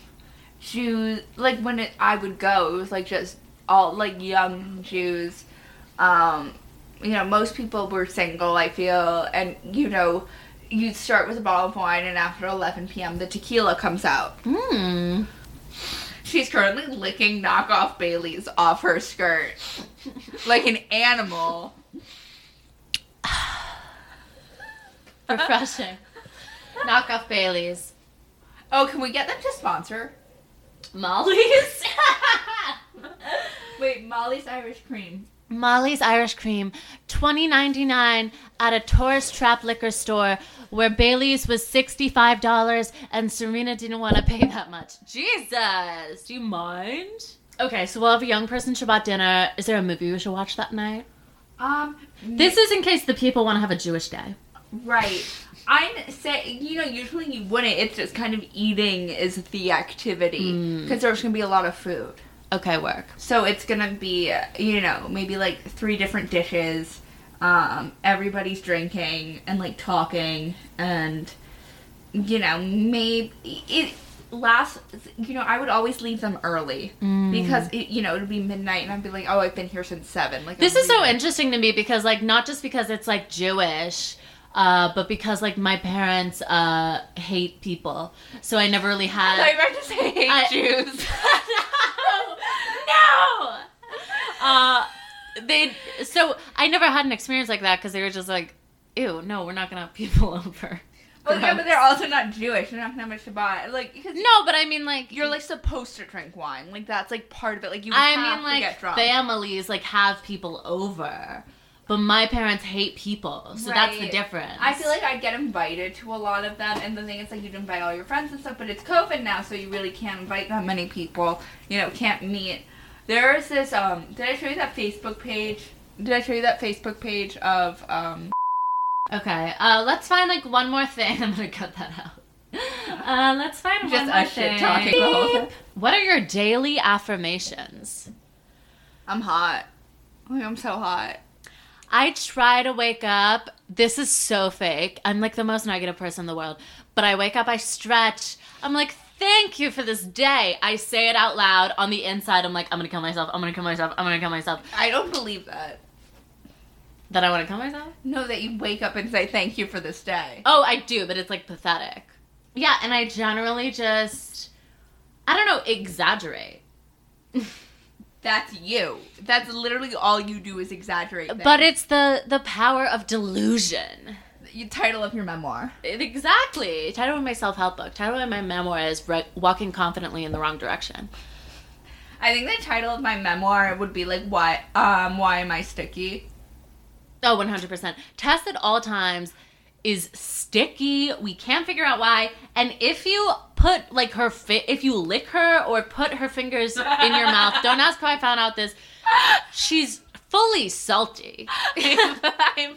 Speaker 2: Jews like when it, I would go, it was like just all like young Jews. Um, you know, most people were single. I feel, and you know, you'd start with a bottle of wine, and after 11 p.m., the tequila comes out. <laughs>
Speaker 1: Mm.
Speaker 2: She's currently licking knockoff Bailey's off her skirt like an animal.
Speaker 1: Refreshing. Knock off Bailey's.
Speaker 2: Oh, can we get them to sponsor?
Speaker 1: Molly's?
Speaker 2: Wait, Molly's Irish Cream.
Speaker 1: <laughs> Molly's Irish Cream, twenty ninety nine at a tourist trap liquor store where Bailey's was sixty five dollars and Serena didn't want to pay that much. Jesus, do you mind? Okay, so we'll have a young person Shabbat dinner. Is there a movie we should watch that night?
Speaker 2: Um,
Speaker 1: This is in case the people want to have a Jewish day.
Speaker 2: Right. I'm saying, you know, usually you wouldn't. It's just kind of eating is the activity because there's going to be a lot of food.
Speaker 1: Okay, work.
Speaker 2: So it's going to be, you know, maybe like three different dishes. Um, everybody's drinking and like talking and, you know, maybe it last, you know, I would always leave them early
Speaker 1: Mm.
Speaker 2: because, it, you know, it'd be midnight and I'd be like, oh, I've been here since seven. Like,
Speaker 1: This
Speaker 2: I'm
Speaker 1: is so
Speaker 2: leaving.
Speaker 1: interesting to me because, like, not just because it's like Jewish, uh, but because like my parents uh, hate people, so I never really
Speaker 2: I thought
Speaker 1: had. <laughs>
Speaker 2: you were about to say hate
Speaker 1: I- <laughs>
Speaker 2: Jews. <laughs>
Speaker 1: no. Uh, they so I never had an experience like that because they were just like, "Ew, no, we're not gonna have people <laughs> over."
Speaker 2: Well, yeah, but they're also not Jewish. They're not gonna have a Shabbat. Like, because
Speaker 1: No, but I mean like
Speaker 2: you're like supposed to drink wine. Like that's like part of it. Like you
Speaker 1: I
Speaker 2: have
Speaker 1: mean
Speaker 2: to get
Speaker 1: like
Speaker 2: drunk.
Speaker 1: families like have people over, but my parents hate people, so that's the
Speaker 2: Right.
Speaker 1: difference.
Speaker 2: I feel like I'd get invited to a lot of them, and the thing is, like, you'd invite all your friends and stuff, but it's COVID now, so you really can't invite that many people. You know, can't meet. There is this. Um, did I show you that Facebook page? Did I show you that Facebook page of um?
Speaker 1: Okay, uh, let's find like one more thing. <laughs> I'm gonna cut that out. Uh, let's find
Speaker 2: Just
Speaker 1: one more
Speaker 2: us shit
Speaker 1: thing.
Speaker 2: talking the whole time.
Speaker 1: What are your daily affirmations?
Speaker 2: I'm hot. Ooh, I'm so hot.
Speaker 1: I try to wake up. This is so fake. I'm like the most negative person in the world. But I wake up, I stretch. I'm like, thank you for this day. I say it out loud. On the inside, I'm like, I'm gonna kill myself. I'm gonna kill myself. I'm gonna kill myself.
Speaker 2: I don't believe that.
Speaker 1: That I wanna kill myself?
Speaker 2: No, that you wake up and say thank you for this day.
Speaker 1: Oh, I do, but it's like pathetic. Yeah, and I generally just, I don't know, exaggerate.
Speaker 2: That's you. That's literally all you do is exaggerate. Things.
Speaker 1: But it's the the power of delusion.
Speaker 2: the title of your memoir.
Speaker 1: Exactly. Title of my self help book. Title of my memoir is Re- Walking Confidently in the Wrong Direction.
Speaker 2: I think the title of my memoir would be like why um why am I sticky? <laughs>
Speaker 1: Oh, 100%. Test at all times is sticky. We can't figure out why. And if you put like her fi- if you lick her or put her fingers in your mouth,
Speaker 2: <laughs>
Speaker 1: don't ask how I found out this. She's fully salty.
Speaker 2: <laughs> I'm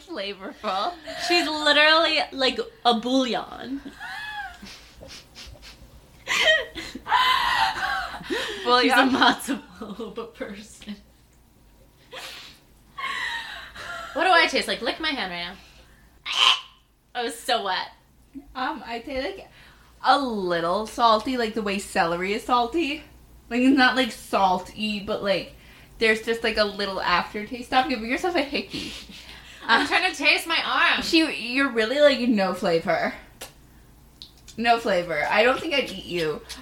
Speaker 1: <laughs>
Speaker 2: flavorful.
Speaker 1: She's literally like a
Speaker 2: <laughs>
Speaker 1: bouillon.
Speaker 2: Well,
Speaker 1: She's
Speaker 2: yeah.
Speaker 1: a matzo boba person. What do I taste like? Lick my hand right now. I was so wet.
Speaker 2: Um, I say like a little salty, like the way celery is salty. Like it's not like salty, but like there's just like a little aftertaste. Stop giving yourself
Speaker 1: <laughs>
Speaker 2: a hickey.
Speaker 1: I'm trying to taste my arm.
Speaker 2: She, you're really like no flavor. No flavor. I don't think I'd eat you.
Speaker 1: <laughs>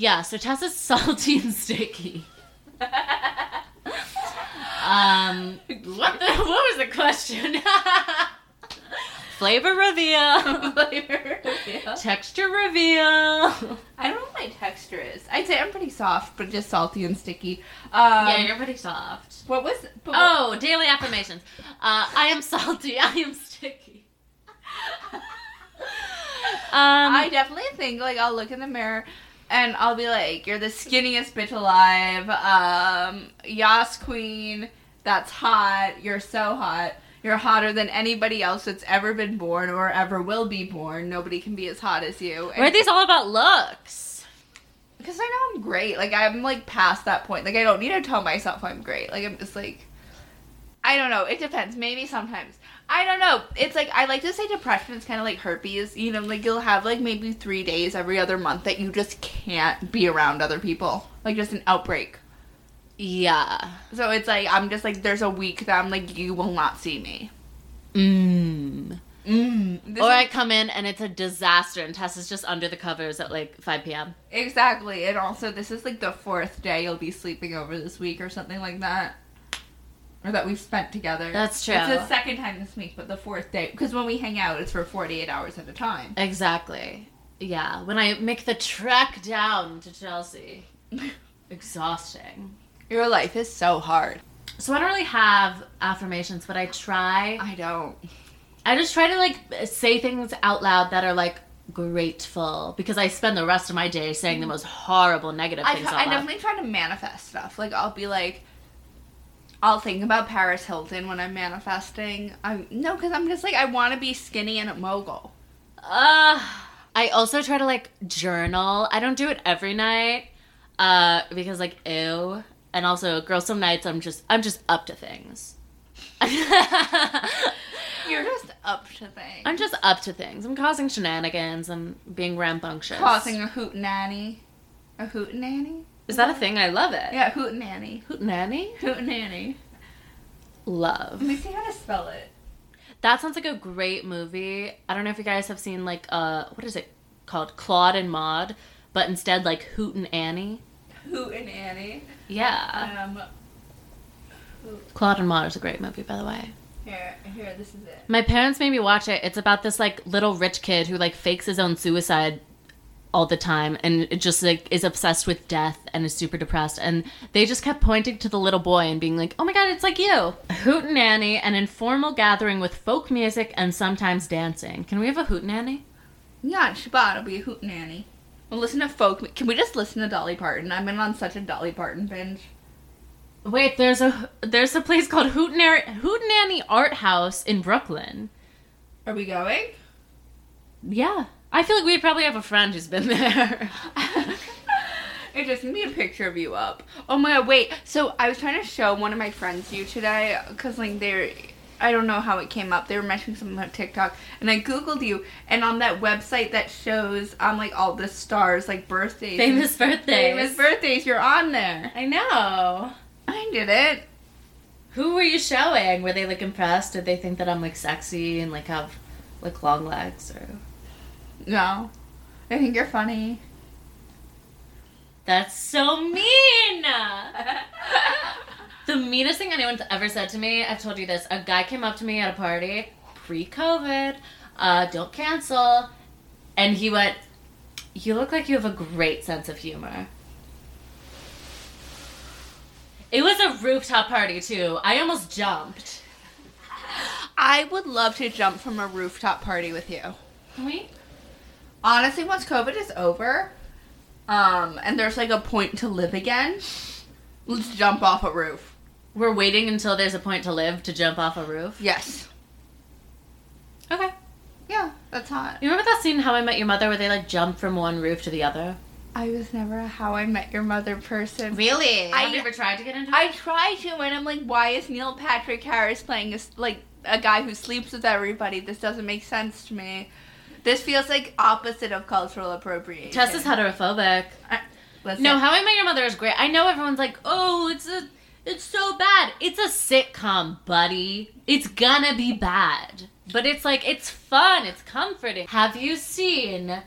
Speaker 1: Yeah, so Tessa's salty and sticky. Um, what the? What was the question? <laughs> Flavor reveal.
Speaker 2: Flavor.
Speaker 1: Texture reveal.
Speaker 2: I don't know what my texture is. I'd say I'm pretty soft, but just salty and sticky. Um,
Speaker 1: yeah, you're pretty soft.
Speaker 2: what was? But what-
Speaker 1: Oh, daily affirmations. Uh, I am salty. I am sticky. um,
Speaker 2: <laughs> I definitely think like I'll look in the mirror and I'll be like, "You're the skinniest bitch alive." Um, Yas queen, that's hot. You're so hot. You're hotter than anybody else that's ever been born or ever will be born. Nobody can be as hot as you.
Speaker 1: Where are these all about looks?
Speaker 2: Because I know I'm great. Like I'm like past that point. Like I don't need to tell myself I'm great. Like I'm just like, I don't know. It depends. Maybe sometimes. I don't know. It's like I like to say depression is kind of like herpes. You know, like you'll have like maybe three days every other month that you just can't be around other people. Like just an outbreak.
Speaker 1: Yeah.
Speaker 2: So it's like I'm just like there's a week that I'm like you will not see me.
Speaker 1: Mmm.
Speaker 2: Mm. This
Speaker 1: Or
Speaker 2: is-
Speaker 1: I come in and it's a disaster, and Tess is just under the covers at like 5 p.m.
Speaker 2: exactly. And also this is like the fourth day you'll be sleeping over this week or something like that. Or that we've spent together.
Speaker 1: That's true.
Speaker 2: It's the second time this week, but the fourth day. Because when we hang out, it's for 48 hours at a time. <laughs>
Speaker 1: Exactly. Yeah. When I make the trek down to Chelsea, exhausting.
Speaker 2: Your life is so hard.
Speaker 1: So I don't really have affirmations, but I try.
Speaker 2: I don't.
Speaker 1: I just try to like say things out loud that are like grateful because I spend the rest of my day saying the most horrible negative
Speaker 2: I,
Speaker 1: things
Speaker 2: try-
Speaker 1: out
Speaker 2: I
Speaker 1: loud.
Speaker 2: definitely try to manifest stuff. Like, I'll be like, I'll think about Paris Hilton when I'm manifesting. I'm, no, because I'm just like, I want to be skinny and a mogul.
Speaker 1: Uh, I also try to like journal. I don't do it every night uh, because like ew, and also girl, some nights I'm just I'm just up to things. <laughs>
Speaker 2: You're just up to things.
Speaker 1: I'm just up to things. I'm causing shenanigans. I'm being rambunctious.
Speaker 2: causing a hoot nanny. A hoot nanny?
Speaker 1: Is that a thing? I love it.
Speaker 2: Yeah, hoot nanny.
Speaker 1: Hoot nanny?
Speaker 2: Hoot nanny.
Speaker 1: Love.
Speaker 2: Let me see how to spell it.
Speaker 1: That sounds like a great movie. I don't know if you guys have seen like uh what is it called? Claude and Maud, but instead like Hoot and Annie.
Speaker 2: Hoot and Annie.
Speaker 1: Yeah.
Speaker 2: Um,
Speaker 1: Claude and Maud is a great movie, by the way.
Speaker 2: Here, here, this is it.
Speaker 1: My parents made me watch it. It's about this like little rich kid who like fakes his own suicide all the time and it just like is obsessed with death and is super depressed and they just kept pointing to the little boy and being like oh my god it's like you hootenanny an informal gathering with folk music and sometimes dancing can we have a hootenanny
Speaker 2: Yeah, Shabbat will be a hoot nanny. We'll listen to folk. Can we just listen to Dolly Parton? I've been on such a Dolly Parton binge.
Speaker 1: Wait, there's a there's a place called Hootenanny, Hootenanny Art House in Brooklyn.
Speaker 2: Are we going?
Speaker 1: Yeah, I feel like we probably have a friend who's been there.
Speaker 2: It just made a picture of you up. Oh my god, wait. So I was trying to show one of my friends you today because, like, they're. I don't know how it came up. They were mentioning something about TikTok, and I googled you, and on that website that shows um like all the stars like birthdays,
Speaker 1: Famous birthdays.
Speaker 2: famous birthdays, you're on there.
Speaker 1: <laughs> I know.
Speaker 2: I did it.
Speaker 1: Who were you showing? Were they like impressed? Did they think that I'm like sexy and like have like long legs or
Speaker 2: No, I think you're funny.
Speaker 1: That's so mean. the meanest thing anyone's ever said to me, I've told you this. A guy came up to me at a party pre-COVID, uh, don't cancel, and he went, "You look like you have a great sense of humor." It was a rooftop party too. I almost jumped.
Speaker 2: I would love to jump from a rooftop party with you.
Speaker 1: Can we?
Speaker 2: honestly once covid is over um and there's like a point to live again let's jump off a roof
Speaker 1: We're waiting until there's a point to live to jump off a roof.
Speaker 2: yes
Speaker 1: Okay.
Speaker 2: yeah that's hot
Speaker 1: You remember that scene in How I Met Your Mother where they like jump from one roof to the other?
Speaker 2: i was never a how i met your mother person
Speaker 1: Really?
Speaker 2: I-
Speaker 1: Have you ever tried to get into
Speaker 2: i try to and i'm like why is neil patrick harris playing this like a guy who sleeps with everybody this doesn't make sense to me this feels like opposite of cultural appropriation
Speaker 1: Tess is heterophobic.
Speaker 2: Listen,
Speaker 1: No, How I Met Your Mother is great. I know everyone's like, oh, it's a, it's so bad. It's a sitcom, buddy. It's gonna be bad, but it's like it's fun. It's comforting. Have you seen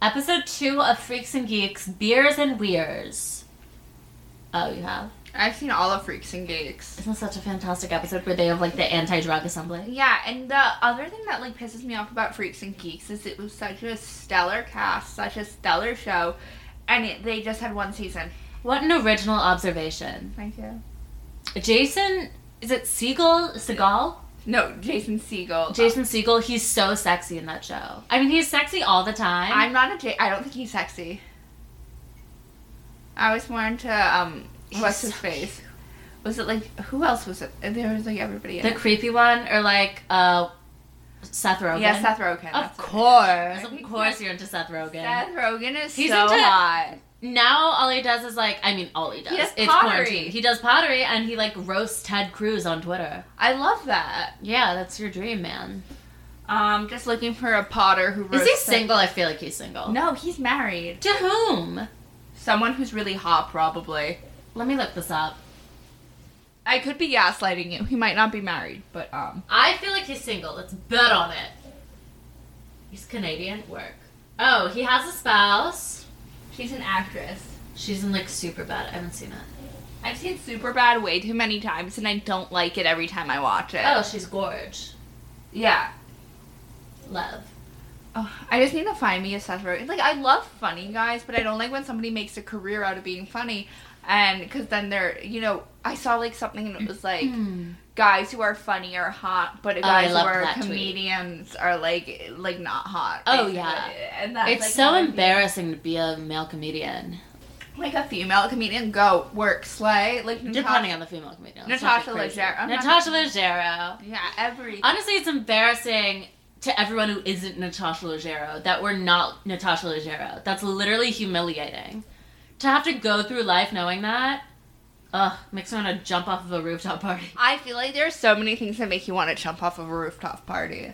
Speaker 1: episode two of Freaks and Geeks, Beers and Weirs? Oh, you have.
Speaker 2: i've seen all of freaks and geeks
Speaker 1: Isn't such a fantastic episode where they have like the anti-drug assembly?
Speaker 2: Yeah, and the other thing that like pisses me off about Freaks and Geeks is it was such a stellar cast, such a stellar show, and it, they just had one season.
Speaker 1: What an original observation.
Speaker 2: Thank you.
Speaker 1: Jason, is it Siegel? Seagal?
Speaker 2: No, Jason Siegel.
Speaker 1: Jason Siegel, he's so sexy in that show. I mean, he's sexy all the time.
Speaker 2: Um, I'm not a J. I don't think he's sexy. I was more into um,
Speaker 1: He's
Speaker 2: what's his
Speaker 1: so
Speaker 2: face? Was it like who else was it? There was like everybody. In
Speaker 1: the
Speaker 2: it.
Speaker 1: creepy one, or like uh, Seth Rogen.
Speaker 2: Yeah, Seth Rogen.
Speaker 1: Of
Speaker 2: that's it.
Speaker 1: course,
Speaker 2: I
Speaker 1: of
Speaker 2: think
Speaker 1: course,
Speaker 2: Seth-
Speaker 1: you're into Seth Rogen.
Speaker 2: Seth Rogen is
Speaker 1: He's
Speaker 2: so
Speaker 1: into-
Speaker 2: hot.
Speaker 1: Now all he does is like, I mean, all he does,
Speaker 2: does
Speaker 1: it's
Speaker 2: pottery.
Speaker 1: quarantine. He does pottery and he like roasts Ted Cruz on Twitter.
Speaker 2: I love that.
Speaker 1: Yeah, that's your dream, man.
Speaker 2: Um, just looking for a Potter who
Speaker 1: Is he
Speaker 2: roasts-
Speaker 1: single? I feel like he's single.
Speaker 2: No, he's married.
Speaker 1: To whom?
Speaker 2: Someone who's really hot, probably.
Speaker 1: Let me look this up.
Speaker 2: I could be gaslighting you. He might not be married, but um.
Speaker 1: I feel like he's single. Let's bet on it. He's Canadian. Work. Oh, he has a spouse.
Speaker 2: She's an actress.
Speaker 1: She's in like super bad. I haven't seen it.
Speaker 2: I've seen Superbad way too many times, and I don't like it every time I watch it.
Speaker 1: Oh, she's gorge.
Speaker 2: yeah.
Speaker 1: Love.
Speaker 2: Oh, I just need to find me a Seth Rogen. Like I love funny guys, but I don't like when somebody makes a career out of being funny, and because then they're you know I saw like something and it was like guys who are funny are hot, but
Speaker 1: Hmm. Oh, I
Speaker 2: guys who
Speaker 1: loved
Speaker 2: are
Speaker 1: that tweet.
Speaker 2: comedians are like like not hot.
Speaker 1: Oh, yeah.
Speaker 2: basically. and that's
Speaker 1: It's
Speaker 2: like,
Speaker 1: so
Speaker 2: how I feel.
Speaker 1: embarrassing to be a male comedian.
Speaker 2: like a female comedian go work slay like
Speaker 1: Depending
Speaker 2: Natasha-
Speaker 1: on the female comedian.
Speaker 2: Natasha Leggero.
Speaker 1: Leggero.
Speaker 2: I'm not-
Speaker 1: Natasha Leggero.
Speaker 2: yeah every
Speaker 1: Honestly, it's embarrassing to everyone who isn't Natasha Leggero that we're not Natasha Leggero. That's literally humiliating. To have to go through life knowing that, ugh, makes me want to jump off of a rooftop party. <laughs>
Speaker 2: I feel like there are so many things that make you want to jump off of a rooftop party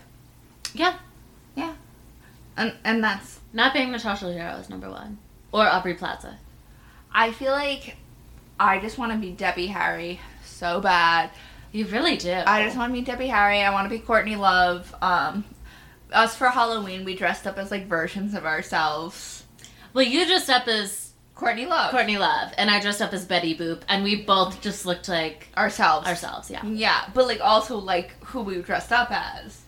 Speaker 1: Yeah,
Speaker 2: and and that's
Speaker 1: not being Natasha Leggero is number one. Or Aubrey Plaza.
Speaker 2: I feel like I just want to be Debbie Harry so bad
Speaker 1: You really do.
Speaker 2: I just want to be Debbie Harry I want to be Courtney Love um us for Halloween we dressed up as like versions of ourselves
Speaker 1: Well, you dressed up as
Speaker 2: Courtney Love
Speaker 1: Courtney Love, and I dressed up as Betty Boop, and we both just looked like
Speaker 2: ourselves
Speaker 1: ourselves. Yeah.
Speaker 2: yeah but like also like who we dressed up as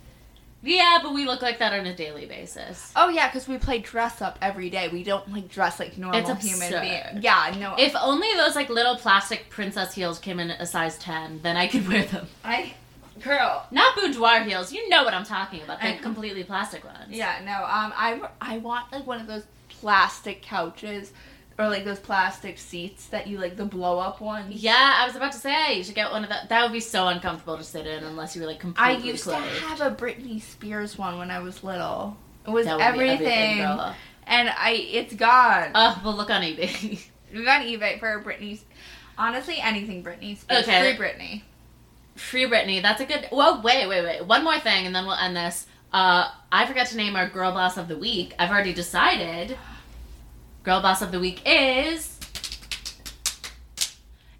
Speaker 1: Yeah, but we look like that on a daily basis.
Speaker 2: Oh yeah, because we play dress up every day. We don't like dress like normal human
Speaker 1: absurd.
Speaker 2: beings. Yeah, no.
Speaker 1: If only those like little plastic princess heels came in a size ten, then I could <laughs> wear them.
Speaker 2: I, girl.
Speaker 1: Not boudoir heels. You know what I'm talking about.
Speaker 2: I
Speaker 1: The
Speaker 2: know.
Speaker 1: completely plastic ones.
Speaker 2: Yeah, no. Um, I I want like one of those plastic couches, or like those plastic seats that you like the blow up ones.
Speaker 1: Yeah, I was about to say you should get one of that. That would be so uncomfortable to sit in unless you were like
Speaker 2: I
Speaker 1: completely
Speaker 2: used
Speaker 1: clothed.
Speaker 2: to have a Britney Spears one when I was little. It was
Speaker 1: that would
Speaker 2: everything,
Speaker 1: be everything, girl.
Speaker 2: and I it's gone.
Speaker 1: Ugh, we'll look on eBay. <laughs>
Speaker 2: We got eBay for Britney's. Honestly, anything Britney. Spears.
Speaker 1: Okay.
Speaker 2: Free Britney.
Speaker 1: Free Britney. That's a good. Well, wait, wait, wait. One more thing, and then we'll end this. Uh, I forgot to name our girl boss of the week. I've already decided. Girl boss of the week is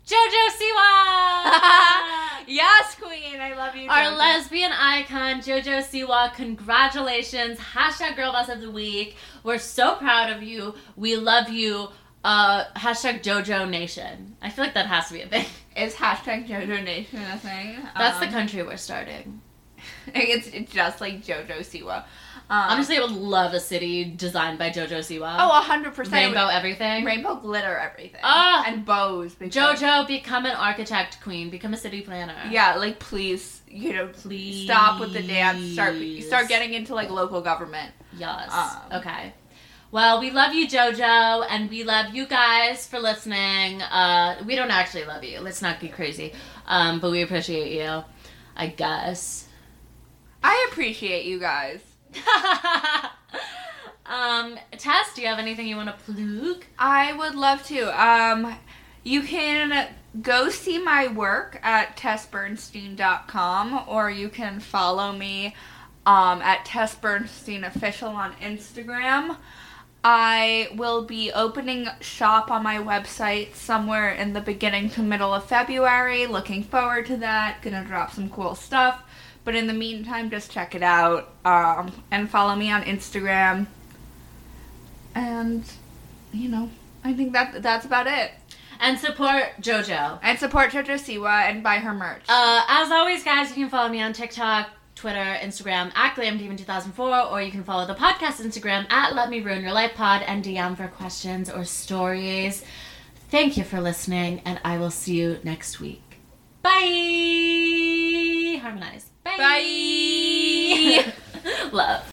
Speaker 1: JoJo
Speaker 2: <laughs>
Speaker 1: Siwa.
Speaker 2: <laughs>
Speaker 1: <laughs>
Speaker 2: Yes, Queen. I love you.
Speaker 1: Our
Speaker 2: Jojo.
Speaker 1: lesbian icon, JoJo Siwa, congratulations. Hashtag Girl Boss of the Week. We're so proud of you. We love you. Uh, hashtag JoJo Nation. I feel like that has to be a thing. <laughs>
Speaker 2: is hashtag JoJo Nation a thing?
Speaker 1: That's the
Speaker 2: <laughs> Um,
Speaker 1: country we're starting.
Speaker 2: It's it's just like JoJo Siwa. Um,
Speaker 1: Honestly, I would love a city designed by JoJo Siwa.
Speaker 2: oh, hundred percent.
Speaker 1: rainbow everything.
Speaker 2: rainbow glitter, everything,
Speaker 1: Ah!
Speaker 2: and bows. big bows.
Speaker 1: JoJo, become an architect queen. Become a city planner.
Speaker 2: Yeah, like please, you know,
Speaker 1: Please.
Speaker 2: stop with the dance. Start start getting into like local government.
Speaker 1: Yes.
Speaker 2: Um,
Speaker 1: okay. Well, we love you, JoJo, and we love you guys for listening. Uh, we don't actually love you. Let's not get crazy. Um, but we appreciate you, I guess. <laughs>
Speaker 2: I appreciate you guys.
Speaker 1: um, Tess, do you have anything you want to plug?
Speaker 2: I would love to. Um, you can go see my work at tessbernstein.com or you can follow me um, at Tess Bernstein Official on Instagram. I will be opening shop on my website somewhere in the beginning to middle of February. Looking forward to that. Gonna drop some cool stuff. But in the meantime, just check it out um, and follow me on Instagram. And you know, I think that that's about it.
Speaker 1: And support JoJo.
Speaker 2: And support JoJo Siwa and buy her merch.
Speaker 1: Uh, as always, guys, you can follow me on TikTok, Twitter, Instagram at GlamDemon2004, or you can follow the podcast Instagram at Let Me Ruin Your Life Pod and DM for questions or stories. Thank you for listening, and I will see you next week. <laughs> Bye. Harmonize. Bye. Love.